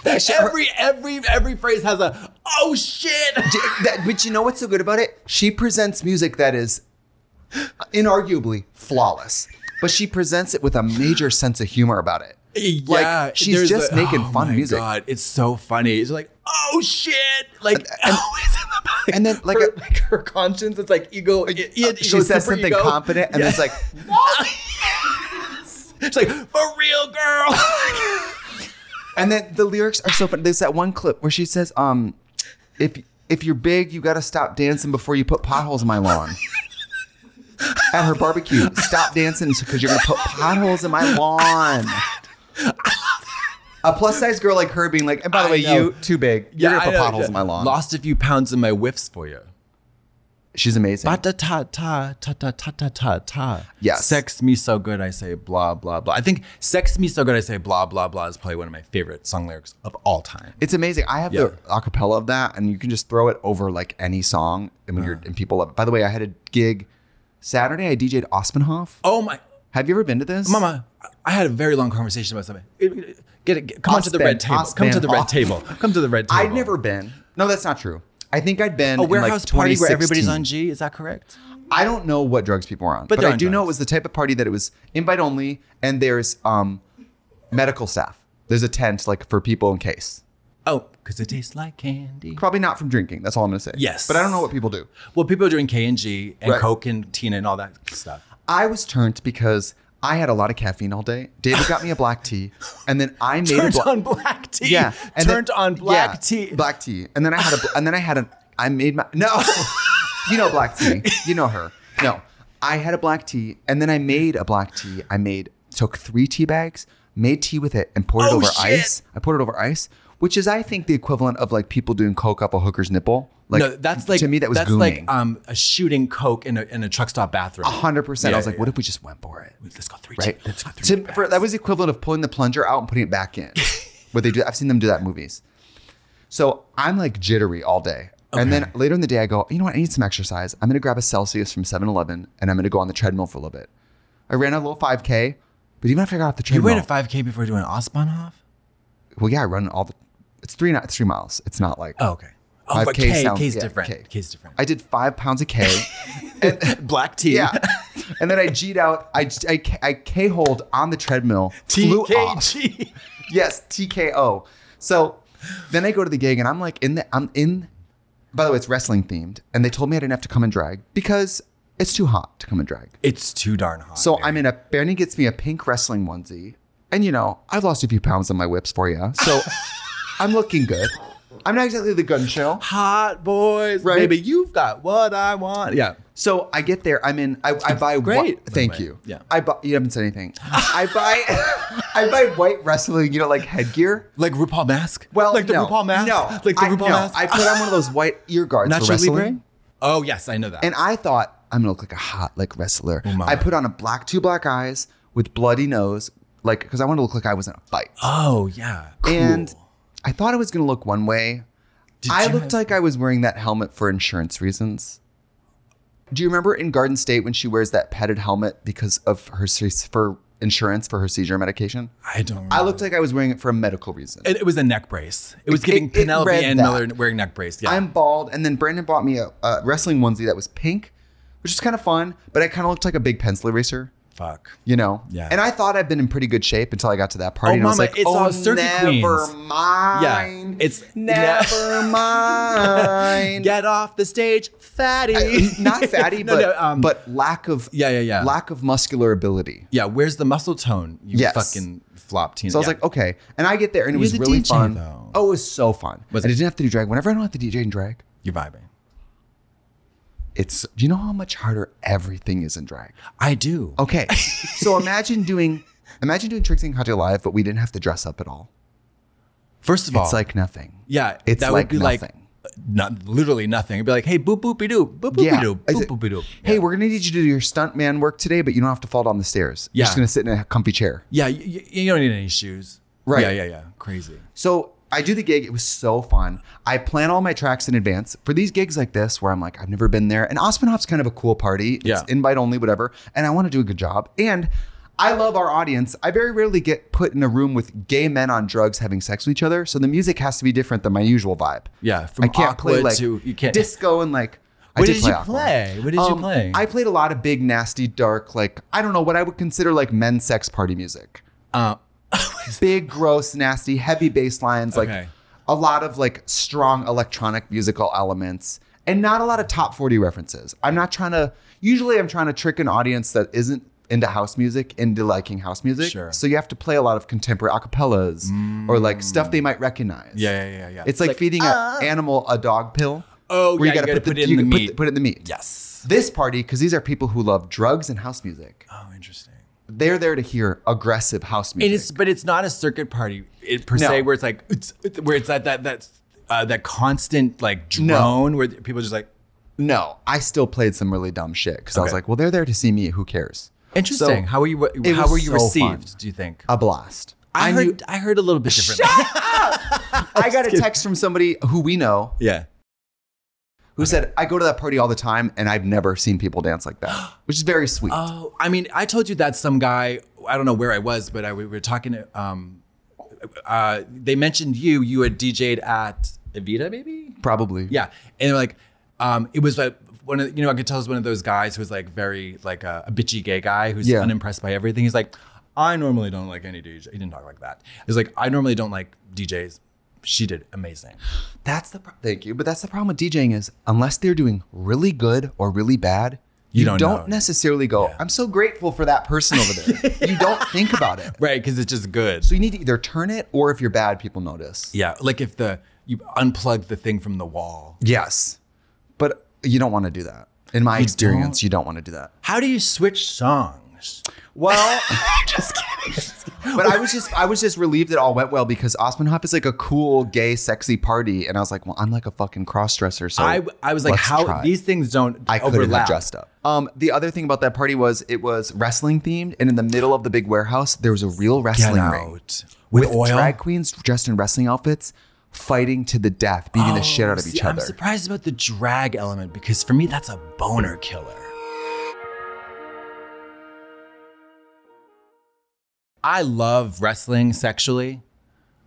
[SPEAKER 2] That shit-
[SPEAKER 4] every every every phrase has a oh shit.
[SPEAKER 2] that, but you know what's so good about it? She presents music that is inarguably flawless, but she presents it with a major sense of humor about it. Like, she's
[SPEAKER 4] there's
[SPEAKER 2] just making
[SPEAKER 4] oh
[SPEAKER 2] fun
[SPEAKER 4] my
[SPEAKER 2] music.
[SPEAKER 4] God, it's so funny. It's like, oh shit! Like,
[SPEAKER 2] and-
[SPEAKER 4] always in the back.
[SPEAKER 2] and then, like,
[SPEAKER 4] her,
[SPEAKER 2] a-
[SPEAKER 4] like her conscience. It's like ego. i- ego
[SPEAKER 2] she says
[SPEAKER 4] super
[SPEAKER 2] something
[SPEAKER 4] ego.
[SPEAKER 2] confident and
[SPEAKER 4] Yeah.
[SPEAKER 2] it's like,
[SPEAKER 4] it's like for real, girl.
[SPEAKER 2] and then the lyrics are so fun. There's that one clip where she says, um, if if you're big, you gotta stop dancing before you put potholes in my lawn. At her barbecue, stop dancing because you're gonna put potholes in my lawn. A plus size girl like her being like, and by the
[SPEAKER 4] I
[SPEAKER 2] way,
[SPEAKER 4] know.
[SPEAKER 2] you too big. You're gonna
[SPEAKER 4] I
[SPEAKER 2] put
[SPEAKER 4] know,
[SPEAKER 2] potholes
[SPEAKER 4] yeah.
[SPEAKER 2] in my lawn.
[SPEAKER 4] Lost a few pounds in my whiffs for you.
[SPEAKER 2] She's amazing.
[SPEAKER 4] Ba ta ta ta ta ta ta ta ta ta.
[SPEAKER 2] Yes.
[SPEAKER 4] Sex me so good, I say blah blah blah. I think "Sex me so good, I say blah blah blah" is probably one of my favorite song lyrics of all time.
[SPEAKER 2] It's amazing. I have the acapella of that, and you can just throw it over like any song, and when
[SPEAKER 4] Uh.
[SPEAKER 2] you're and people love. It. By the way, I had a gig Saturday. I DJ'd Ospenhof.
[SPEAKER 4] Oh my.
[SPEAKER 2] Have you ever been to this,
[SPEAKER 4] Mama, I had a very long conversation about something. Get, it- get- come on to the
[SPEAKER 2] Osman,
[SPEAKER 4] red table. Come to
[SPEAKER 2] Osman,
[SPEAKER 4] the red
[SPEAKER 2] Os-
[SPEAKER 4] table. Come to the red table.
[SPEAKER 2] I'd never been. No, that's not true. I think I'd been
[SPEAKER 4] A
[SPEAKER 2] in, like,
[SPEAKER 4] warehouse party where everybody's
[SPEAKER 2] 2016.
[SPEAKER 4] on G. Is that correct?
[SPEAKER 2] I don't know what drugs people were on, but,
[SPEAKER 4] But they're
[SPEAKER 2] I
[SPEAKER 4] on
[SPEAKER 2] do know
[SPEAKER 4] drugs.
[SPEAKER 2] it was the type of party that it was invite only, and there's um, medical staff. There's a tent like for people in case.
[SPEAKER 4] Oh, because it tastes like candy.
[SPEAKER 2] Probably not from drinking. That's all I'm gonna say.
[SPEAKER 4] Yes.
[SPEAKER 2] but I don't know what people do.
[SPEAKER 4] Well, people are doing K and G and
[SPEAKER 2] Right.
[SPEAKER 4] Coke and Tina and all that stuff.
[SPEAKER 2] I was turned because I had a lot of caffeine all day. David got me a black tea, and then I made a
[SPEAKER 4] Turned
[SPEAKER 2] black
[SPEAKER 4] on black tea.
[SPEAKER 2] yeah, and then-
[SPEAKER 4] Turned on black
[SPEAKER 2] yeah,
[SPEAKER 4] tea.
[SPEAKER 2] black tea, and then I had a bl- and then I had an I made my no, you know black tea, you know her. No, I had a black tea, and then I made a black tea. I made took three tea bags, made tea with it, and poured it
[SPEAKER 4] Oh,
[SPEAKER 2] over
[SPEAKER 4] shit.
[SPEAKER 2] ice. I poured it over ice, which is I think the equivalent of like people doing coke up a hooker's nipple. Like
[SPEAKER 4] no, that's like
[SPEAKER 2] to me that was
[SPEAKER 4] that's
[SPEAKER 2] gooning.
[SPEAKER 4] like um a shooting Coke in a in a truck stop bathroom.
[SPEAKER 2] hundred percent.
[SPEAKER 4] Yeah,
[SPEAKER 2] I was like,
[SPEAKER 4] yeah,
[SPEAKER 2] what
[SPEAKER 4] yeah.
[SPEAKER 2] if we just went for it?
[SPEAKER 4] Let's go three.
[SPEAKER 2] right?
[SPEAKER 4] Right. Let's go three.
[SPEAKER 2] To- for- that was the equivalent of pulling the plunger out and putting it back in. what they do, I've seen them do that in movies. So I'm like jittery all day. And then later in the day, I go, you know what? I need some exercise. I'm going to grab a Celsius from 7 Eleven and I'm going to go on the treadmill for a little bit. I ran a little 5K, but even after I got off the
[SPEAKER 4] you
[SPEAKER 2] treadmill,
[SPEAKER 4] ran a 5K before doing Osmanov?
[SPEAKER 2] well, yeah, I run all the, it's three, ni- three miles. It's not like,
[SPEAKER 4] Oh, okay. Oh,
[SPEAKER 2] 5K
[SPEAKER 4] but K,
[SPEAKER 2] sounds-
[SPEAKER 4] K's
[SPEAKER 2] yeah,
[SPEAKER 4] different.
[SPEAKER 2] K.
[SPEAKER 4] K's different.
[SPEAKER 2] I did five pounds of K.
[SPEAKER 4] black tea.
[SPEAKER 2] yeah. And then I G'd out, I, I, I K holed on the treadmill, flew off.
[SPEAKER 4] TKG.
[SPEAKER 2] yes, TKO. So then I go to the gig and I'm like in the I'm in by the way, it's wrestling themed, and they told me I didn't have to come and drag because it's too hot to come and drag.
[SPEAKER 4] It's too darn hot.
[SPEAKER 2] So I'm in a Bernie gets me a pink wrestling onesie And you know, I've lost a few pounds on my whips for you, so I'm looking good. I'm not exactly the gun show.
[SPEAKER 4] Hot boys,
[SPEAKER 2] Right.
[SPEAKER 4] baby, you've got what I want. Yeah.
[SPEAKER 2] So I get there. I'm in. I, I buy
[SPEAKER 4] Great,
[SPEAKER 2] white.
[SPEAKER 4] by the
[SPEAKER 2] Thank
[SPEAKER 4] way.
[SPEAKER 2] you.
[SPEAKER 4] Yeah.
[SPEAKER 2] I buy. You haven't said anything. I buy. I buy white wrestling. You know, like headgear.
[SPEAKER 4] Like RuPaul mask?
[SPEAKER 2] Well,
[SPEAKER 4] like the
[SPEAKER 2] no,
[SPEAKER 4] RuPaul mask?
[SPEAKER 2] No,
[SPEAKER 4] Like the
[SPEAKER 2] I,
[SPEAKER 4] RuPaul
[SPEAKER 2] no,
[SPEAKER 4] mask?
[SPEAKER 2] I put on one of those white ear guards for
[SPEAKER 4] Nacho
[SPEAKER 2] wrestling,
[SPEAKER 4] Libre? Oh, yes, I know that.
[SPEAKER 2] and I thought I'm gonna look like a hot like wrestler.
[SPEAKER 4] mama.
[SPEAKER 2] I put on a black two black eyes with bloody nose, like because I wanted to look like I was in a fight.
[SPEAKER 4] oh, yeah. Cool.
[SPEAKER 2] And I thought I was gonna look one way.
[SPEAKER 4] Did
[SPEAKER 2] I
[SPEAKER 4] you
[SPEAKER 2] looked
[SPEAKER 4] have-
[SPEAKER 2] like I was wearing that helmet for insurance reasons. Do you remember in Garden State when she wears that padded helmet because of her se- for insurance for her seizure medication?
[SPEAKER 4] I don't remember.
[SPEAKER 2] I looked like I was wearing it for a medical reason.
[SPEAKER 4] It, it was a neck brace. It was giving
[SPEAKER 2] it
[SPEAKER 4] Penelope
[SPEAKER 2] read
[SPEAKER 4] and
[SPEAKER 2] that.
[SPEAKER 4] Miller wearing neck brace. Yeah.
[SPEAKER 2] I'm bald, and then Brandon bought me a, a wrestling onesie that was pink, which is kind of fun, but I kind of looked like a big pencil eraser.
[SPEAKER 4] Fuck.
[SPEAKER 2] You know,
[SPEAKER 4] Yeah.
[SPEAKER 2] And I thought I'd been in pretty good shape until I got to that party.
[SPEAKER 4] Oh,
[SPEAKER 2] and I was
[SPEAKER 4] mama,
[SPEAKER 2] like,
[SPEAKER 4] it's
[SPEAKER 2] oh,
[SPEAKER 4] all circuit
[SPEAKER 2] never
[SPEAKER 4] queens."
[SPEAKER 2] mind.
[SPEAKER 4] it's-
[SPEAKER 2] never mind.
[SPEAKER 4] Get off the stage, fatty.
[SPEAKER 2] not fatty,
[SPEAKER 4] No,
[SPEAKER 2] but
[SPEAKER 4] no, um,
[SPEAKER 2] but lack of
[SPEAKER 4] Yeah, yeah, yeah.
[SPEAKER 2] lack of muscular ability.
[SPEAKER 4] yeah, where's the muscle tone? You
[SPEAKER 2] Yes.
[SPEAKER 4] fucking flop teen.
[SPEAKER 2] So I was like, okay. And I get there, and it was
[SPEAKER 4] the
[SPEAKER 2] really
[SPEAKER 4] DJ
[SPEAKER 2] fun.
[SPEAKER 4] though.
[SPEAKER 2] Oh, it was so fun.
[SPEAKER 4] Was
[SPEAKER 2] and I
[SPEAKER 4] it?
[SPEAKER 2] didn't have to do drag. Whenever I don't have to DJ and drag,
[SPEAKER 4] you're vibing.
[SPEAKER 2] it's do you know how much harder everything is in drag?
[SPEAKER 4] I do.
[SPEAKER 2] Okay, so imagine doing imagine doing Trixie and Katya live, but we didn't have to dress up at all.
[SPEAKER 4] First of all,
[SPEAKER 2] It's like nothing.
[SPEAKER 4] yeah,
[SPEAKER 2] it's
[SPEAKER 4] that
[SPEAKER 2] like
[SPEAKER 4] would be
[SPEAKER 2] nothing.
[SPEAKER 4] like uh, not literally nothing. It'd be like, hey, boop boopy doo, boop boopy doo,
[SPEAKER 2] Is
[SPEAKER 4] boop
[SPEAKER 2] it-
[SPEAKER 4] boopy doo.
[SPEAKER 2] Hey, we're gonna need you to do your stuntman work today, but you don't have to fall down the stairs. You're
[SPEAKER 4] Yeah.
[SPEAKER 2] just gonna sit in a comfy chair.
[SPEAKER 4] yeah, you, you- you don't need any shoes.
[SPEAKER 2] Right.
[SPEAKER 4] Yeah, yeah, yeah. Crazy.
[SPEAKER 2] So I do the gig. It was so fun. I plan all my tracks in advance for these gigs like this, where I'm like, I've never been there. And Ospinhoff's kind of a cool party. It's
[SPEAKER 4] Yeah.
[SPEAKER 2] invite only, whatever. And I want to do a good job. And I love our audience. I very rarely get put in a room with gay men on drugs having sex with each other. So the music has to be different than my usual vibe.
[SPEAKER 4] Yeah, from
[SPEAKER 2] I can't play
[SPEAKER 4] Aqua
[SPEAKER 2] like
[SPEAKER 4] to- you can't-
[SPEAKER 2] disco and like. I
[SPEAKER 4] What did you
[SPEAKER 2] Aqua.
[SPEAKER 4] play? What did you play?
[SPEAKER 2] Um, I played a lot of big, nasty, dark, like I don't know what I would consider like men's sex party music
[SPEAKER 4] Uh,
[SPEAKER 2] big, gross, nasty, heavy bass lines, like
[SPEAKER 4] Okay.
[SPEAKER 2] a lot of like strong electronic musical elements, and not a lot of top 40 references. I'm not trying to, usually, I'm trying to trick an audience that isn't into house music into liking house music.
[SPEAKER 4] Sure.
[SPEAKER 2] So you have to play a lot of contemporary acapellas or like stuff they might recognize.
[SPEAKER 4] yeah, yeah, yeah, yeah.
[SPEAKER 2] It's like, feeding an
[SPEAKER 4] uh.
[SPEAKER 2] animal a dog pill.
[SPEAKER 4] Oh, yeah, you
[SPEAKER 2] gotta
[SPEAKER 4] gotta put it in
[SPEAKER 2] you
[SPEAKER 4] the
[SPEAKER 2] can put
[SPEAKER 4] meat.
[SPEAKER 2] put it in the meat.
[SPEAKER 4] yes.
[SPEAKER 2] This party, because these are people who love drugs and house music,
[SPEAKER 4] Oh, interesting.
[SPEAKER 2] they're there to hear aggressive house music.
[SPEAKER 4] It is, but it's not a circuit party it, per se,
[SPEAKER 2] No.
[SPEAKER 4] where it's like it's, it's- where it's that that that uh, that constant like drone where people are just like
[SPEAKER 2] No, I still played some really dumb shit because I was
[SPEAKER 4] Okay.
[SPEAKER 2] like, well, they're there to see me. Who cares?
[SPEAKER 4] interesting.
[SPEAKER 2] So,
[SPEAKER 4] how were you? what-
[SPEAKER 2] it
[SPEAKER 4] How
[SPEAKER 2] was
[SPEAKER 4] were you
[SPEAKER 2] so
[SPEAKER 4] received?
[SPEAKER 2] fun.
[SPEAKER 4] Do you think?
[SPEAKER 2] A blast.
[SPEAKER 4] I, heard.
[SPEAKER 2] knew-
[SPEAKER 4] I heard a little bit differently.
[SPEAKER 2] I got a text from somebody who we know
[SPEAKER 4] yeah.
[SPEAKER 2] who said, I go to that party all the time and I've never seen people dance like that, which is very sweet.
[SPEAKER 4] Oh, I mean, I told you that some guy. I don't know where I was, but I, we were talking. to, Um, uh, they mentioned you. You had DJ'd at Evita, maybe.
[SPEAKER 2] Probably.
[SPEAKER 4] Yeah, and they're like, um, it was like one of you know I could tell it was one of those guys who's like very like a, a bitchy gay guy who's
[SPEAKER 2] Yeah.
[SPEAKER 4] unimpressed by everything. He's like, I normally don't like any DJ. He didn't talk like that. He's like, I normally don't like DJs. She did amazing.
[SPEAKER 2] That's the pro- thank you, but that's the problem with DJing is unless they're doing really good or really bad, you,
[SPEAKER 4] You
[SPEAKER 2] don't,
[SPEAKER 4] don't know.
[SPEAKER 2] necessarily go, I'm so grateful for that person over there. you don't think about it.
[SPEAKER 4] Right, because it's just good.
[SPEAKER 2] So you need to either turn it or if you're bad, people notice.
[SPEAKER 4] yeah, like if the you unplug the thing from the wall.
[SPEAKER 2] Yes. But you don't want to do that. In my experience, you don't want to do that.
[SPEAKER 4] How do you switch songs?
[SPEAKER 2] Well, But I was just I was just relieved it all went well because Osmanhop is like a cool, gay, sexy party, and I was like, well, I'm like a fucking crossdresser, so
[SPEAKER 4] I I was like,
[SPEAKER 2] let's
[SPEAKER 4] how
[SPEAKER 2] try.
[SPEAKER 4] these things don't
[SPEAKER 2] I couldn't
[SPEAKER 4] overlap.
[SPEAKER 2] have dressed up. Um, the other thing about that party was it was wrestling themed, and in the middle of the big warehouse, there was a real
[SPEAKER 4] Get
[SPEAKER 2] wrestling ring
[SPEAKER 4] out with, oil.
[SPEAKER 2] drag queens dressed in wrestling outfits, fighting to the death, beating the shit out of
[SPEAKER 4] Oh, See,
[SPEAKER 2] each other.
[SPEAKER 4] I'm surprised about the drag element because for me, that's a boner killer. I love wrestling sexually,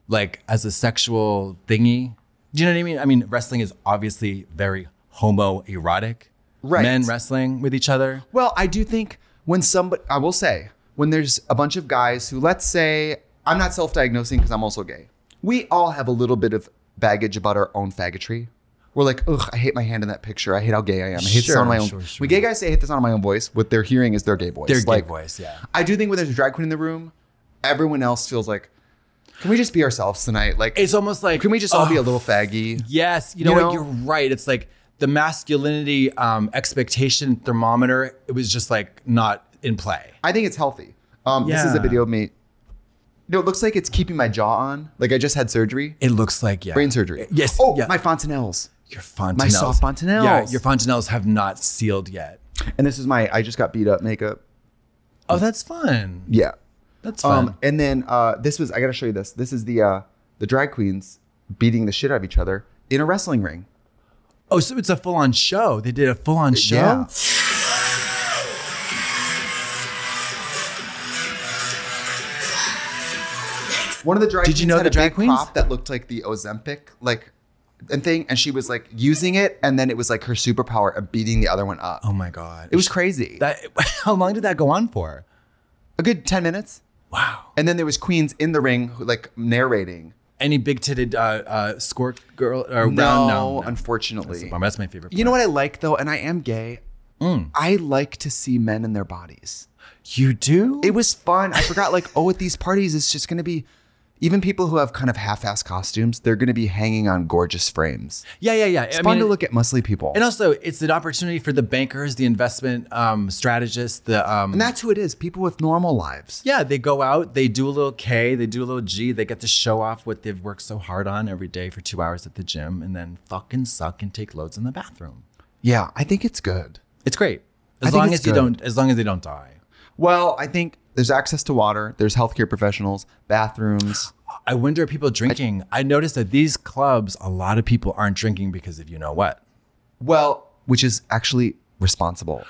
[SPEAKER 4] like as a sexual thingy. Do you know what I mean? I mean, wrestling is obviously very homoerotic.
[SPEAKER 2] Right.
[SPEAKER 4] Men wrestling with each other.
[SPEAKER 2] Well, I do think when somebody, I will say, when there's a bunch of guys who, let's say, I'm not self diagnosing because I'm also gay. We all have a little bit of baggage about our own faggotry. We're like, ugh, I hate my hand in that picture. I hate how gay I am. I hate the
[SPEAKER 4] Sure,
[SPEAKER 2] sound of my own.
[SPEAKER 4] sure, sure.
[SPEAKER 2] When gay guys say I hate the sound of my own voice, what they're hearing is their gay voice.
[SPEAKER 4] Their gay
[SPEAKER 2] Like,
[SPEAKER 4] voice, yeah.
[SPEAKER 2] I do think when there's a drag queen in the room, everyone else feels like, can we just be ourselves tonight? Like,
[SPEAKER 4] It's almost like
[SPEAKER 2] can we just all be a
[SPEAKER 4] Ugh.
[SPEAKER 2] little faggy?
[SPEAKER 4] Yes, you know,
[SPEAKER 2] You know?
[SPEAKER 4] what? You're right. It's like the masculinity um, expectation thermometer. It was just like not in play.
[SPEAKER 2] I think it's healthy. Um, This is a
[SPEAKER 4] Yeah.
[SPEAKER 2] video of me. No, it looks like it's keeping my jaw on. Like I just had surgery,
[SPEAKER 4] It looks like yeah,
[SPEAKER 2] brain surgery.
[SPEAKER 4] Uh, Yes.
[SPEAKER 2] Oh,
[SPEAKER 4] yeah.
[SPEAKER 2] my fontanelles.
[SPEAKER 4] your fontanelles.
[SPEAKER 2] my soft fontanelles.
[SPEAKER 4] Yeah, your fontanelles have not sealed yet.
[SPEAKER 2] And this is my I just got beat up makeup.
[SPEAKER 4] Oh, that's fun.
[SPEAKER 2] Yeah.
[SPEAKER 4] That's fun.
[SPEAKER 2] Um, and then uh, this was I gotta show you this. This is the uh, the drag queens beating the shit out of each other in a wrestling ring.
[SPEAKER 4] oh, so it's a full-on show. They did a full-on show.
[SPEAKER 2] Yeah. One of the drag
[SPEAKER 4] Did you
[SPEAKER 2] queens
[SPEAKER 4] know
[SPEAKER 2] had
[SPEAKER 4] the
[SPEAKER 2] a
[SPEAKER 4] drag
[SPEAKER 2] big
[SPEAKER 4] queens?
[SPEAKER 2] prop that looked like the Ozempic like and thing, and she was like using it, and then it was like her superpower of beating the other one up.
[SPEAKER 4] Oh my god.
[SPEAKER 2] It was crazy.
[SPEAKER 4] that. How long did that go on for?
[SPEAKER 2] a good ten minutes,
[SPEAKER 4] Wow.
[SPEAKER 2] and then there was queens in the ring who, like narrating.
[SPEAKER 4] Any big-titted uh, uh, squirt girl or round?
[SPEAKER 2] No,
[SPEAKER 4] No, no. That's, a
[SPEAKER 2] unfortunately,
[SPEAKER 4] bummer. That's Mm. my favorite.
[SPEAKER 2] you know what I like though, and I am gay. I like to see men in their bodies.
[SPEAKER 4] You do.
[SPEAKER 2] it was fun. I forgot like, oh, at these parties, it's just gonna be even people who have kind of half-ass costumes, they're gonna be hanging on gorgeous frames.
[SPEAKER 4] yeah, yeah, yeah.
[SPEAKER 2] It's fun to look at muscly people.
[SPEAKER 4] And also, it's an opportunity for the bankers, the investment um, strategists, the um,
[SPEAKER 2] And that's who it is, people with normal lives.
[SPEAKER 4] yeah, they go out, they do a little K, they do a little G, they get to show off what they've worked so hard on every day for two hours at the gym, and then fucking suck and take loads in the bathroom.
[SPEAKER 2] Yeah, I think it's good.
[SPEAKER 4] It's great
[SPEAKER 2] I
[SPEAKER 4] as
[SPEAKER 2] think
[SPEAKER 4] long
[SPEAKER 2] it's
[SPEAKER 4] as you
[SPEAKER 2] good.
[SPEAKER 4] don't, as long as they don't die.
[SPEAKER 2] Well, I think there's access to water, there's healthcare professionals, bathrooms.
[SPEAKER 4] I wonder if people drinking. I noticed that these clubs, a lot of people aren't drinking because of you know what.
[SPEAKER 2] Well, which is actually responsible.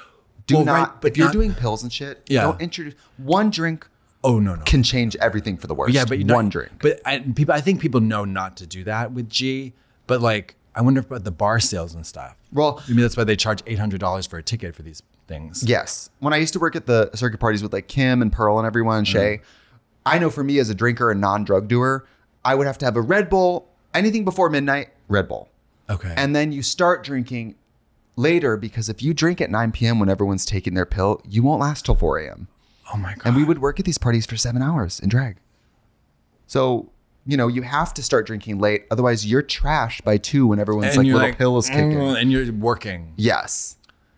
[SPEAKER 2] Do
[SPEAKER 4] Well, right,
[SPEAKER 2] not
[SPEAKER 4] but
[SPEAKER 2] if you're
[SPEAKER 4] not-
[SPEAKER 2] doing pills and shit,
[SPEAKER 4] Yeah.
[SPEAKER 2] don't introduce one drink
[SPEAKER 4] Oh no no.
[SPEAKER 2] can change everything for the worst.
[SPEAKER 4] Yeah, but you know,
[SPEAKER 2] one drink.
[SPEAKER 4] But I, people, I think people know not to do that with G. But like, I wonder about the bar sales and stuff.
[SPEAKER 2] Well-
[SPEAKER 4] I mean, that's why they charge eight hundred dollars for a ticket for these things.
[SPEAKER 2] Yes. When I used to work at the circuit parties with like Kim and Pearl and everyone, and Shay, I know for me as a drinker and non drug doer, I would have to have a Red Bull, anything before midnight, Red Bull.
[SPEAKER 4] Okay.
[SPEAKER 2] And then you start drinking later because if you drink at 9 p.m. when everyone's taking their pill, you won't last till 4 a.m.
[SPEAKER 4] oh my god.
[SPEAKER 2] And we would work at these parties for seven hours in drag. So, you know, you have to start drinking late. Otherwise, you're trashed by two when everyone's like little pill is kicking.
[SPEAKER 4] "Mm," and you're working.
[SPEAKER 2] Yes.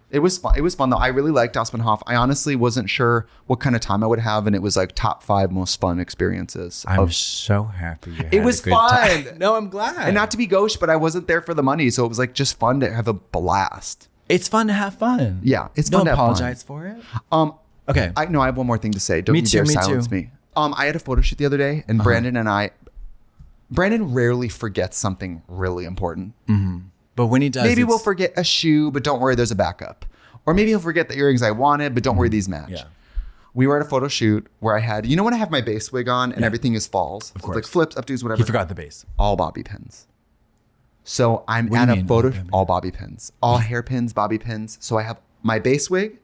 [SPEAKER 2] It was fun. It was fun though. I really liked Aspenhof. I honestly wasn't sure what kind of time I would have, and it was like top five most fun experiences.
[SPEAKER 4] I'm
[SPEAKER 2] of-
[SPEAKER 4] so happy. You had
[SPEAKER 2] it was
[SPEAKER 4] a good time.
[SPEAKER 2] fun.
[SPEAKER 4] no, I'm glad.
[SPEAKER 2] and not to be gauche, but I wasn't there for the money, so it was like just fun to have a blast.
[SPEAKER 4] it's fun to have fun.
[SPEAKER 2] Yeah, it's
[SPEAKER 4] Don't
[SPEAKER 2] fun to have fun.
[SPEAKER 4] apologize for it.
[SPEAKER 2] Um,
[SPEAKER 4] Okay.
[SPEAKER 2] I no, I have one more thing to say. Don't
[SPEAKER 4] Me
[SPEAKER 2] you
[SPEAKER 4] too,
[SPEAKER 2] dare
[SPEAKER 4] me
[SPEAKER 2] silence
[SPEAKER 4] too. Uh-huh.
[SPEAKER 2] me. Um, I had a photo shoot the other day, and Brandon and I. Brandon rarely forgets something really important.
[SPEAKER 4] but when he does,
[SPEAKER 2] Maybe
[SPEAKER 4] it's-
[SPEAKER 2] we'll forget a shoe, but don't worry, there's a backup. Or maybe he'll forget the earrings I wanted, but don't worry, these match.
[SPEAKER 4] Yeah.
[SPEAKER 2] We were at a photo shoot where I had, you know, when I have my base wig on and everything is falls, of
[SPEAKER 4] course.
[SPEAKER 2] like flips, updos, whatever.
[SPEAKER 4] He forgot the base.
[SPEAKER 2] all bobby pins. So I'm
[SPEAKER 4] What do
[SPEAKER 2] at
[SPEAKER 4] you
[SPEAKER 2] a
[SPEAKER 4] mean,
[SPEAKER 2] photo,
[SPEAKER 4] bobby pin?
[SPEAKER 2] all bobby pins, all hairpins, bobby pins. So I have my base wig,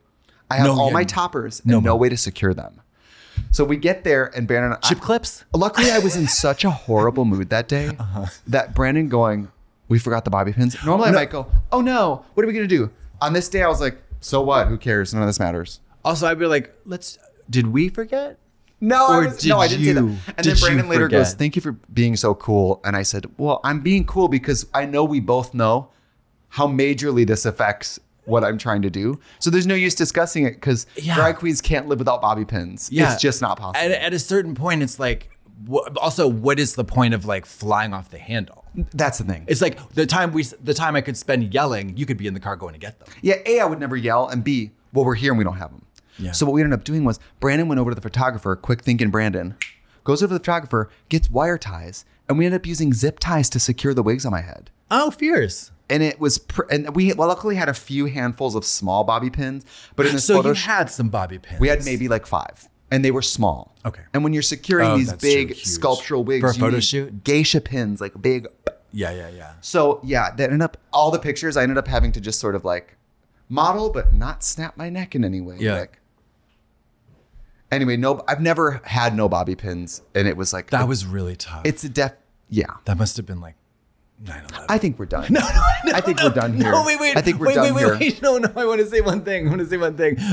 [SPEAKER 2] I have
[SPEAKER 4] No,
[SPEAKER 2] all
[SPEAKER 4] yeah.
[SPEAKER 2] my toppers,
[SPEAKER 4] No,
[SPEAKER 2] and no
[SPEAKER 4] but-
[SPEAKER 2] way to secure them. So we get there, and Brandon, I-
[SPEAKER 4] Chip clips. Uh-huh.
[SPEAKER 2] Luckily, I was in such a horrible mood that day that Brandon going, "We forgot the bobby pins." Normally, I might go, "Oh no, what are we gonna do?" On this day, I was like, "So what? Who cares? None of this matters."
[SPEAKER 4] Also, I'd be like, let's. Did we forget?
[SPEAKER 2] No, I
[SPEAKER 4] Or
[SPEAKER 2] was, no, I
[SPEAKER 4] did
[SPEAKER 2] didn't say that.
[SPEAKER 4] you-
[SPEAKER 2] And
[SPEAKER 4] did
[SPEAKER 2] then
[SPEAKER 4] you
[SPEAKER 2] Brandon later goes,
[SPEAKER 4] forget?
[SPEAKER 2] "Thank you for being so cool." And I said, "Well, I'm being cool because I know we both know how majorly this affects." What I'm trying to do, so there's no use discussing it because
[SPEAKER 4] Yeah.
[SPEAKER 2] drag queens can't live without bobby pins. It's just not possible.
[SPEAKER 4] At, at a certain point, it's like, wh- also, what is the point of like flying off the handle?
[SPEAKER 2] That's the thing.
[SPEAKER 4] It's like the time we, s- the time I could spend yelling, you could be in the car going to get them.
[SPEAKER 2] Yeah, A, I would never yell, and B, well, we're here and we don't have them.
[SPEAKER 4] Yeah.
[SPEAKER 2] So what we ended up doing was Brandon went over to the photographer, quick thinking Brandon, goes over to the photographer, gets wire ties, and we ended up using zip ties to secure the wigs on my head.
[SPEAKER 4] Oh, fierce!
[SPEAKER 2] And it was, pr- and we well, luckily had a few handfuls of small bobby pins, but in this
[SPEAKER 4] So
[SPEAKER 2] photo
[SPEAKER 4] you
[SPEAKER 2] sh-
[SPEAKER 4] had some bobby pins.
[SPEAKER 2] we had maybe like five, and they were small.
[SPEAKER 4] Okay.
[SPEAKER 2] And when you're securing
[SPEAKER 4] Oh,
[SPEAKER 2] these
[SPEAKER 4] that's true,
[SPEAKER 2] big
[SPEAKER 4] huge.
[SPEAKER 2] sculptural wigs
[SPEAKER 4] For a
[SPEAKER 2] you
[SPEAKER 4] photo
[SPEAKER 2] need
[SPEAKER 4] shoot?
[SPEAKER 2] geisha pins, like big
[SPEAKER 4] Yeah, yeah, yeah.
[SPEAKER 2] so yeah, that ended up all the pictures. I ended up having to just sort of like model, but not snap my neck in any way.
[SPEAKER 4] Yeah.
[SPEAKER 2] Like, anyway, no, I've never had no bobby pins, and it was like
[SPEAKER 4] That was really tough.
[SPEAKER 2] It's a def. Yeah,
[SPEAKER 4] that must have been like 9/11.
[SPEAKER 2] I think we're done. No, no, I think we're done here.
[SPEAKER 4] No, Oh, wait, wait.
[SPEAKER 2] I think we're
[SPEAKER 4] wait,
[SPEAKER 2] done
[SPEAKER 4] wait, wait,
[SPEAKER 2] here.
[SPEAKER 4] Wait, no, no. I want to say one thing. I want to say one thing.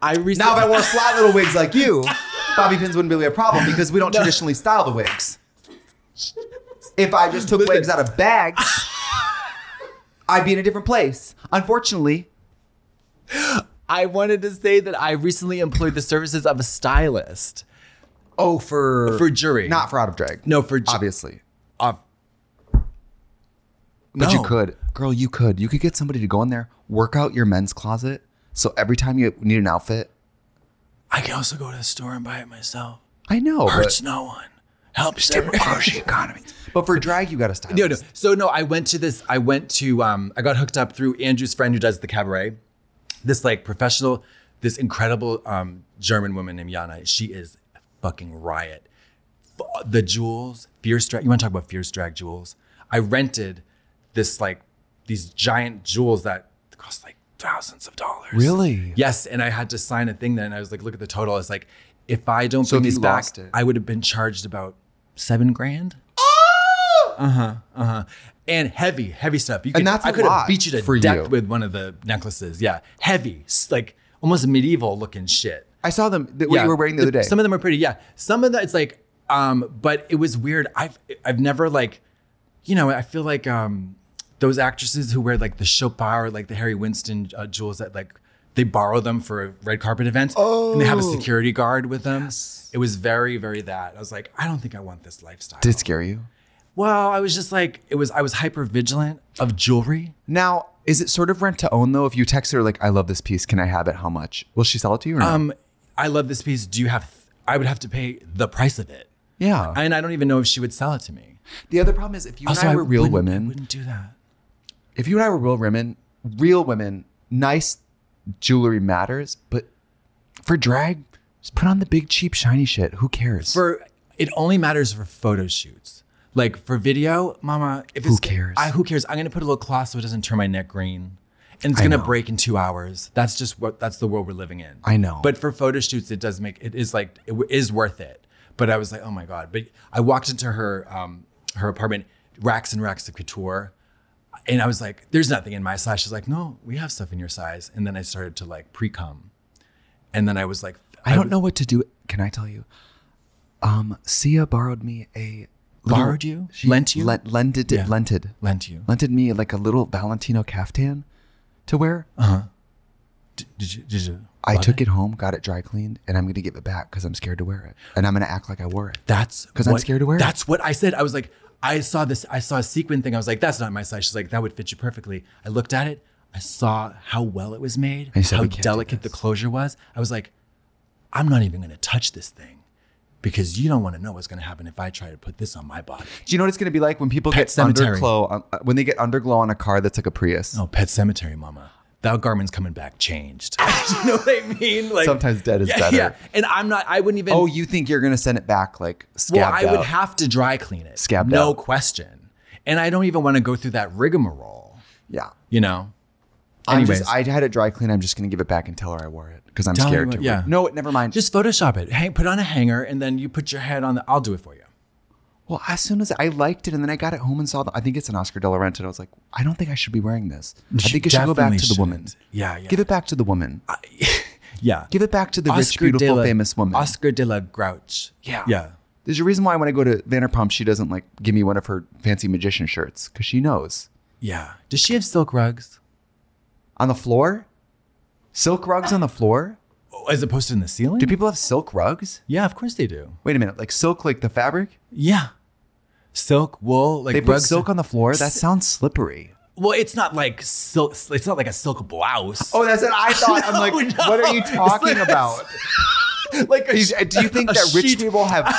[SPEAKER 4] I recently
[SPEAKER 2] Now, if I wore flat little wigs like you, bobby pins wouldn't really be a problem because we don't traditionally style the wigs. If I just took wigs out of bags, I'd be in a different place. Unfortunately,
[SPEAKER 4] I wanted to say that I recently employed the services of a stylist
[SPEAKER 2] oh, for
[SPEAKER 4] for jury.
[SPEAKER 2] not for out of drag.
[SPEAKER 4] no for ju-
[SPEAKER 2] obviously.
[SPEAKER 4] Uh,
[SPEAKER 2] But you
[SPEAKER 4] no.
[SPEAKER 2] could, girl, you could. You could get somebody to go in there, work out your men's closet. So every time you need an outfit,
[SPEAKER 4] I can also go to the store and buy it myself.
[SPEAKER 2] I know.
[SPEAKER 4] Hurts
[SPEAKER 2] But,
[SPEAKER 4] no one. Helps everyone.
[SPEAKER 2] economy. But for drag, you got to style.
[SPEAKER 4] No, no. So no, I went to this. I went to. Um, I got hooked up through Andrew's friend who does the cabaret. This like professional, this incredible um, German woman named Jana. She is a fucking riot. F- The jewels, fierce drag. You want to talk about fierce drag jewels? I rented this like these giant jewels that cost like thousands of dollars.
[SPEAKER 5] Really?
[SPEAKER 4] Yes. And I had to sign a thing then. And I was like, look at the total. It's like, if I don't
[SPEAKER 2] So
[SPEAKER 4] bring
[SPEAKER 2] if
[SPEAKER 4] these
[SPEAKER 2] you
[SPEAKER 4] back,
[SPEAKER 2] lost it-
[SPEAKER 4] I would have been charged about seven grand. Uh-huh. And heavy, heavy stuff. You could,
[SPEAKER 2] that's
[SPEAKER 4] I
[SPEAKER 2] a
[SPEAKER 4] could have
[SPEAKER 2] lot
[SPEAKER 4] beat you to
[SPEAKER 2] for
[SPEAKER 4] death
[SPEAKER 2] you.
[SPEAKER 4] with one of the necklaces. Yeah. Heavy. s- Like almost medieval looking shit.
[SPEAKER 2] I saw them. That what
[SPEAKER 4] yeah.
[SPEAKER 2] you were wearing the other day.
[SPEAKER 4] Some of them are pretty, yeah. Some of that it's like, um, but it was weird. I've I've never like, you know, I feel like um those actresses who wear like the Chopin or like the Harry Winston uh, jewels that like they borrow them for red carpet events and they have
[SPEAKER 2] Oh.
[SPEAKER 4] a security guard with them. It was very, very that. I was like, I don't think I want this lifestyle.
[SPEAKER 5] Did it scare you?
[SPEAKER 4] Well, I was just like, it was. I was hyper vigilant of jewelry.
[SPEAKER 2] now,
[SPEAKER 5] Is it sort of rent to own though? If you text her like, "I love this piece. Can I have it? How much?" Will she sell it to you or not?
[SPEAKER 4] Um, I love this piece. Do you have? I would have to pay the price of it,
[SPEAKER 5] yeah.
[SPEAKER 4] and I don't even know if she would sell it to me.
[SPEAKER 2] the other problem is if you and I were real
[SPEAKER 4] wouldn't- I
[SPEAKER 2] women,
[SPEAKER 4] wouldn't do that.
[SPEAKER 2] if you and I were real women, real women, nice jewelry matters, but for drag, just put on the big cheap shiny shit. Who cares?
[SPEAKER 4] For it only matters for photo shoots. Like for video, Mama, if it's,
[SPEAKER 2] cares?
[SPEAKER 4] I, who cares? I'm gonna put a little cloth so it doesn't turn my neck green, and it's gonna break in two hours. That's just what. That's the world we're living in.
[SPEAKER 2] I know.
[SPEAKER 4] But for photo shoots, it does make it is like it w- is worth it. But I was like, oh my god. But I walked into her um her apartment, racks and racks of couture. And I was like, there's nothing in my size. She's like, no, we have stuff in your size. And then I started to like pre cum. And then I was like,
[SPEAKER 2] I don't know what to do. Can I tell you? Um, Sia borrowed me a little-
[SPEAKER 4] Borrowed you? Lent you?
[SPEAKER 2] Lent, lented
[SPEAKER 4] Yeah.
[SPEAKER 2] lented
[SPEAKER 4] lent you.
[SPEAKER 2] lented me like a little Valentino caftan to wear.
[SPEAKER 4] D- Did you, did you
[SPEAKER 2] I
[SPEAKER 4] love
[SPEAKER 2] took it home, got it dry cleaned, and I'm gonna give it back because I'm scared to wear it, and I'm gonna act like I wore it.
[SPEAKER 4] That's
[SPEAKER 2] 'Cause I'm
[SPEAKER 4] what-
[SPEAKER 2] scared to wear it.
[SPEAKER 4] That's what I said. I was like, I saw this. I saw a sequin thing. I was like, that's not my size. She's like, that would fit you perfectly. I looked at it. I saw how well it was made.
[SPEAKER 2] I said,
[SPEAKER 4] how
[SPEAKER 2] "We can't do
[SPEAKER 4] delicate the closure was. I was like, I'm not even going to touch this thing because you don't want to know what's going to happen if I try to put this on my body.
[SPEAKER 2] Do you know what it's gonna be like when people
[SPEAKER 4] Pet
[SPEAKER 2] get
[SPEAKER 4] Sematary.
[SPEAKER 2] underglow on, uh, when they get underglow on a car that's like a Prius?
[SPEAKER 4] Oh, Pet Cemetery, Mama. That garment's coming back changed. you know what I mean? Like
[SPEAKER 2] Sometimes dead is
[SPEAKER 4] yeah,
[SPEAKER 2] better.
[SPEAKER 4] Yeah, and I'm not. I wouldn't even.
[SPEAKER 2] Oh, you think you're gonna send it back like
[SPEAKER 4] Well,
[SPEAKER 2] scabbed
[SPEAKER 4] I would
[SPEAKER 2] out.
[SPEAKER 4] have to dry clean it.
[SPEAKER 2] Scabbed
[SPEAKER 4] no
[SPEAKER 2] out.
[SPEAKER 4] question. And I don't even want to go through that rigmarole.
[SPEAKER 2] yeah.
[SPEAKER 4] You know.
[SPEAKER 2] I'm
[SPEAKER 4] Anyways,
[SPEAKER 2] just, I had it dry clean. I'm just gonna give it back and tell her I wore it because I'm
[SPEAKER 4] Tell her
[SPEAKER 2] scared
[SPEAKER 4] what-
[SPEAKER 2] to.
[SPEAKER 4] yeah.
[SPEAKER 2] Wear it. No, it, never mind.
[SPEAKER 4] just Photoshop it. Hang, put on a hanger, and then you put your head on the. I'll do it for you.
[SPEAKER 2] Well, as soon as I liked it, and then I got it home and saw that I think it's an Oscar de la Renta. and I was like, I don't think I should be wearing this. I think it should go back
[SPEAKER 4] Definitely
[SPEAKER 2] to the woman.
[SPEAKER 4] shouldn't. Yeah, yeah.
[SPEAKER 2] Give it back to the woman.
[SPEAKER 4] yeah.
[SPEAKER 2] Give it back to the rich,
[SPEAKER 4] de
[SPEAKER 2] beautiful,
[SPEAKER 4] la-
[SPEAKER 2] famous woman.
[SPEAKER 4] Oscar de la Grouch.
[SPEAKER 2] Yeah.
[SPEAKER 4] Yeah.
[SPEAKER 2] There's a reason why when I go to Vanderpump, she doesn't like give me one of her fancy magician shirts because she knows
[SPEAKER 4] Yeah. Does she have silk rugs?
[SPEAKER 2] on the floor, silk rugs on the floor.
[SPEAKER 4] Oh, As opposed to in the ceiling?
[SPEAKER 2] Do people have silk rugs?
[SPEAKER 4] yeah, of course they do.
[SPEAKER 2] Wait a minute, like silk, like the fabric.
[SPEAKER 4] Yeah. Silk, wool, like
[SPEAKER 2] They put
[SPEAKER 4] rugs.
[SPEAKER 2] silk on the floor. That sounds slippery.
[SPEAKER 4] Well, it's not like silk. It's not like a silk blouse.
[SPEAKER 2] Oh, that's what I thought. I'm like,
[SPEAKER 4] No, no.
[SPEAKER 2] what are you talking
[SPEAKER 4] It's-
[SPEAKER 2] about?
[SPEAKER 4] like a,
[SPEAKER 2] Is- uh, Do you think
[SPEAKER 4] a
[SPEAKER 2] that rich
[SPEAKER 4] sheet-
[SPEAKER 2] people have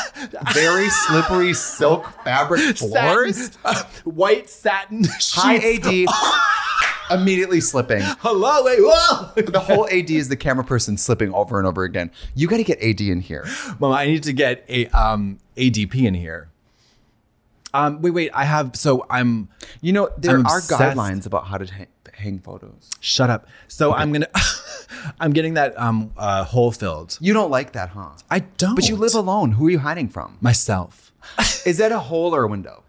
[SPEAKER 2] very slippery silk fabric
[SPEAKER 4] satin,
[SPEAKER 2] floors?
[SPEAKER 4] uh, white satin
[SPEAKER 2] High
[SPEAKER 4] sheets.
[SPEAKER 2] AD, immediately slipping.
[SPEAKER 4] Hello, wait, whoa.
[SPEAKER 2] The whole AD is the camera person slipping over and over again. You got to get AD in here.
[SPEAKER 4] Mama, I need to get a um ADP in here. Um, wait, wait. I have so I'm
[SPEAKER 2] You know, there
[SPEAKER 4] I'm
[SPEAKER 2] are
[SPEAKER 4] obsessed.
[SPEAKER 2] guidelines about how to hang, hang photos.
[SPEAKER 4] shut up. So I'm gonna I'm getting that um uh, hole filled.
[SPEAKER 2] You don't like that, huh?
[SPEAKER 4] I don't.
[SPEAKER 2] But you live alone. Who are you hiding from?
[SPEAKER 4] myself.
[SPEAKER 2] Is that a hole or a window?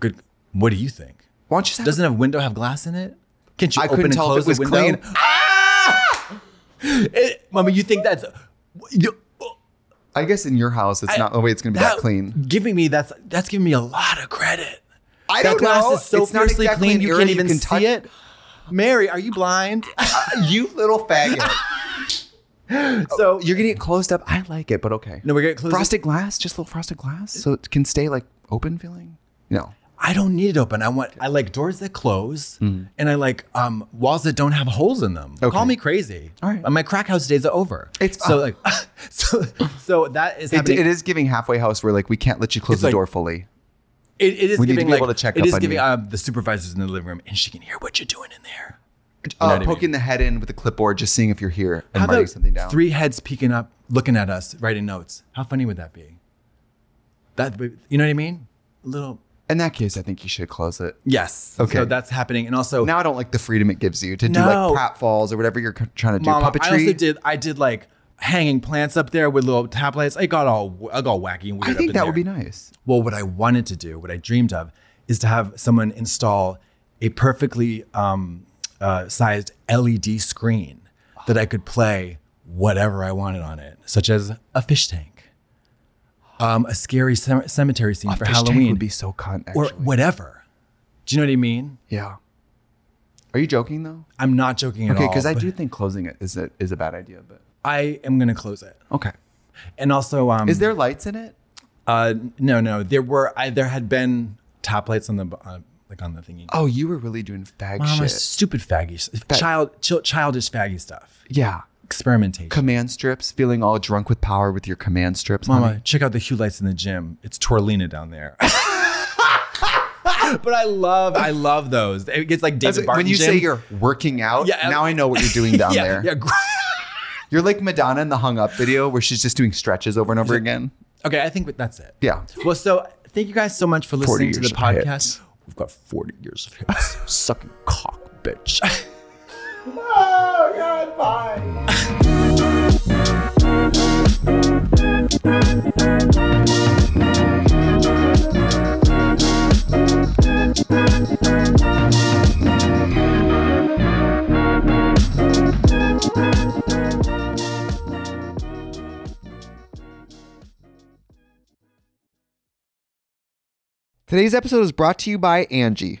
[SPEAKER 4] Good. What do you think?
[SPEAKER 2] Why don't you just have
[SPEAKER 4] Doesn't a window have glass in it? Can't you
[SPEAKER 2] I
[SPEAKER 4] open
[SPEAKER 2] couldn't
[SPEAKER 4] and
[SPEAKER 2] tell if
[SPEAKER 4] close
[SPEAKER 2] it was
[SPEAKER 4] the window?
[SPEAKER 2] clean.
[SPEAKER 4] It, Mama, you think that's you,
[SPEAKER 6] I guess in your house, it's not the way it's going to be that,
[SPEAKER 4] that-
[SPEAKER 6] clean.
[SPEAKER 4] Giving me that's that's giving me a lot of credit.
[SPEAKER 6] I
[SPEAKER 4] that
[SPEAKER 6] don't
[SPEAKER 4] glass
[SPEAKER 6] know.
[SPEAKER 4] is so
[SPEAKER 6] It's not
[SPEAKER 4] fiercely
[SPEAKER 6] exactly
[SPEAKER 4] clean
[SPEAKER 6] an
[SPEAKER 4] you
[SPEAKER 6] area
[SPEAKER 4] can't
[SPEAKER 6] you
[SPEAKER 4] even
[SPEAKER 6] can
[SPEAKER 4] see
[SPEAKER 6] touch. Uh,
[SPEAKER 4] it. Mary, are you blind?
[SPEAKER 6] you little faggot.
[SPEAKER 4] so
[SPEAKER 6] You're getting it closed up. I like it, but okay.
[SPEAKER 4] No, we're getting closed up.
[SPEAKER 6] Frosted glass, just a little frosted glass, so it can stay like open feeling. No.
[SPEAKER 4] I don't need it open. I want I like doors that close and I like um walls that don't have holes in them.
[SPEAKER 6] Hmm. Okay.
[SPEAKER 4] Call me crazy.
[SPEAKER 6] All right.
[SPEAKER 4] But My crack house days are over.
[SPEAKER 6] It's- uh,
[SPEAKER 4] so like so so that is
[SPEAKER 6] It,
[SPEAKER 4] happening.
[SPEAKER 6] it is giving halfway house where like we can't let you close
[SPEAKER 4] It's
[SPEAKER 6] the
[SPEAKER 4] like-
[SPEAKER 6] door fully.
[SPEAKER 4] It- it is
[SPEAKER 6] We need to
[SPEAKER 4] giving
[SPEAKER 6] be
[SPEAKER 4] like
[SPEAKER 6] able to check
[SPEAKER 4] it
[SPEAKER 6] up
[SPEAKER 4] is
[SPEAKER 6] on
[SPEAKER 4] giving
[SPEAKER 6] you.
[SPEAKER 4] um, the supervisors in the living room and she can hear what you're doing in there. know
[SPEAKER 6] Uh,
[SPEAKER 4] what I
[SPEAKER 6] poking
[SPEAKER 4] mean?
[SPEAKER 6] the head in with a clipboard, just seeing if you're here and
[SPEAKER 4] How
[SPEAKER 6] writing
[SPEAKER 4] about
[SPEAKER 6] something down.
[SPEAKER 4] Three heads peeking up, looking at us, writing notes. How funny would that be? That you know what I mean? A little
[SPEAKER 6] In that case, I think you should close it.
[SPEAKER 4] yes.
[SPEAKER 6] Okay.
[SPEAKER 4] So that's happening, and also
[SPEAKER 6] Now I don't like the freedom it gives you to do
[SPEAKER 4] No.
[SPEAKER 6] like pratfalls or whatever you're c- trying to do.
[SPEAKER 4] Mama,
[SPEAKER 6] Puppetry.
[SPEAKER 4] I also did. I did like hanging plants up there with little tap lights. I got all I got wacky and weird.
[SPEAKER 6] I
[SPEAKER 4] up
[SPEAKER 6] think
[SPEAKER 4] in
[SPEAKER 6] that would be
[SPEAKER 4] there.
[SPEAKER 6] nice.
[SPEAKER 4] Well, what I wanted to do, what I dreamed of, is to have someone install a perfectly um, uh, sized LED screen that I could play whatever I wanted on it, such as a fish tank, um, a scary cem- cemetery scene for
[SPEAKER 6] Fish tank
[SPEAKER 4] Halloween,
[SPEAKER 6] would be so cunt.
[SPEAKER 4] or
[SPEAKER 6] Actually.
[SPEAKER 4] whatever. Do you know what I mean?
[SPEAKER 6] yeah. Are you joking though?
[SPEAKER 4] I'm not joking at
[SPEAKER 6] Okay,
[SPEAKER 4] all.
[SPEAKER 6] because I
[SPEAKER 4] but
[SPEAKER 6] do think closing it is a, is a bad idea. But
[SPEAKER 4] I am gonna close it,
[SPEAKER 6] okay,
[SPEAKER 4] and also, um,
[SPEAKER 6] is there lights in it?
[SPEAKER 4] Uh, no, no. There were I, there had been top lights on the uh, like on the thingy.
[SPEAKER 6] Oh, you were really doing fag
[SPEAKER 4] Mama,
[SPEAKER 6] shit.
[SPEAKER 4] stupid faggy, s- child, chil- childish faggy stuff.
[SPEAKER 6] yeah,
[SPEAKER 4] Experimentation.
[SPEAKER 6] command strips, feeling all drunk with power with your command strips.
[SPEAKER 4] Mama,
[SPEAKER 6] honey.
[SPEAKER 4] check out the hue lights in the gym. It's Torlina down there. but I love, I love those. It gets like David
[SPEAKER 6] That's-
[SPEAKER 4] Barton
[SPEAKER 6] when you
[SPEAKER 4] gym.
[SPEAKER 6] say you're working out,
[SPEAKER 4] Yeah,
[SPEAKER 6] now I know what you're doing down
[SPEAKER 4] yeah,
[SPEAKER 6] there.
[SPEAKER 4] Yeah. gr-
[SPEAKER 6] You're like Madonna in the hung up video where she's just doing stretches over and over again.
[SPEAKER 4] Okay, I think that's it.
[SPEAKER 6] Yeah.
[SPEAKER 4] Well, so thank you guys so much for listening to the
[SPEAKER 6] years of
[SPEAKER 4] podcast.
[SPEAKER 6] hits.
[SPEAKER 4] We've got 40 years of hits. Sucking cock, bitch.
[SPEAKER 2] Today's episode is brought to you by Angie.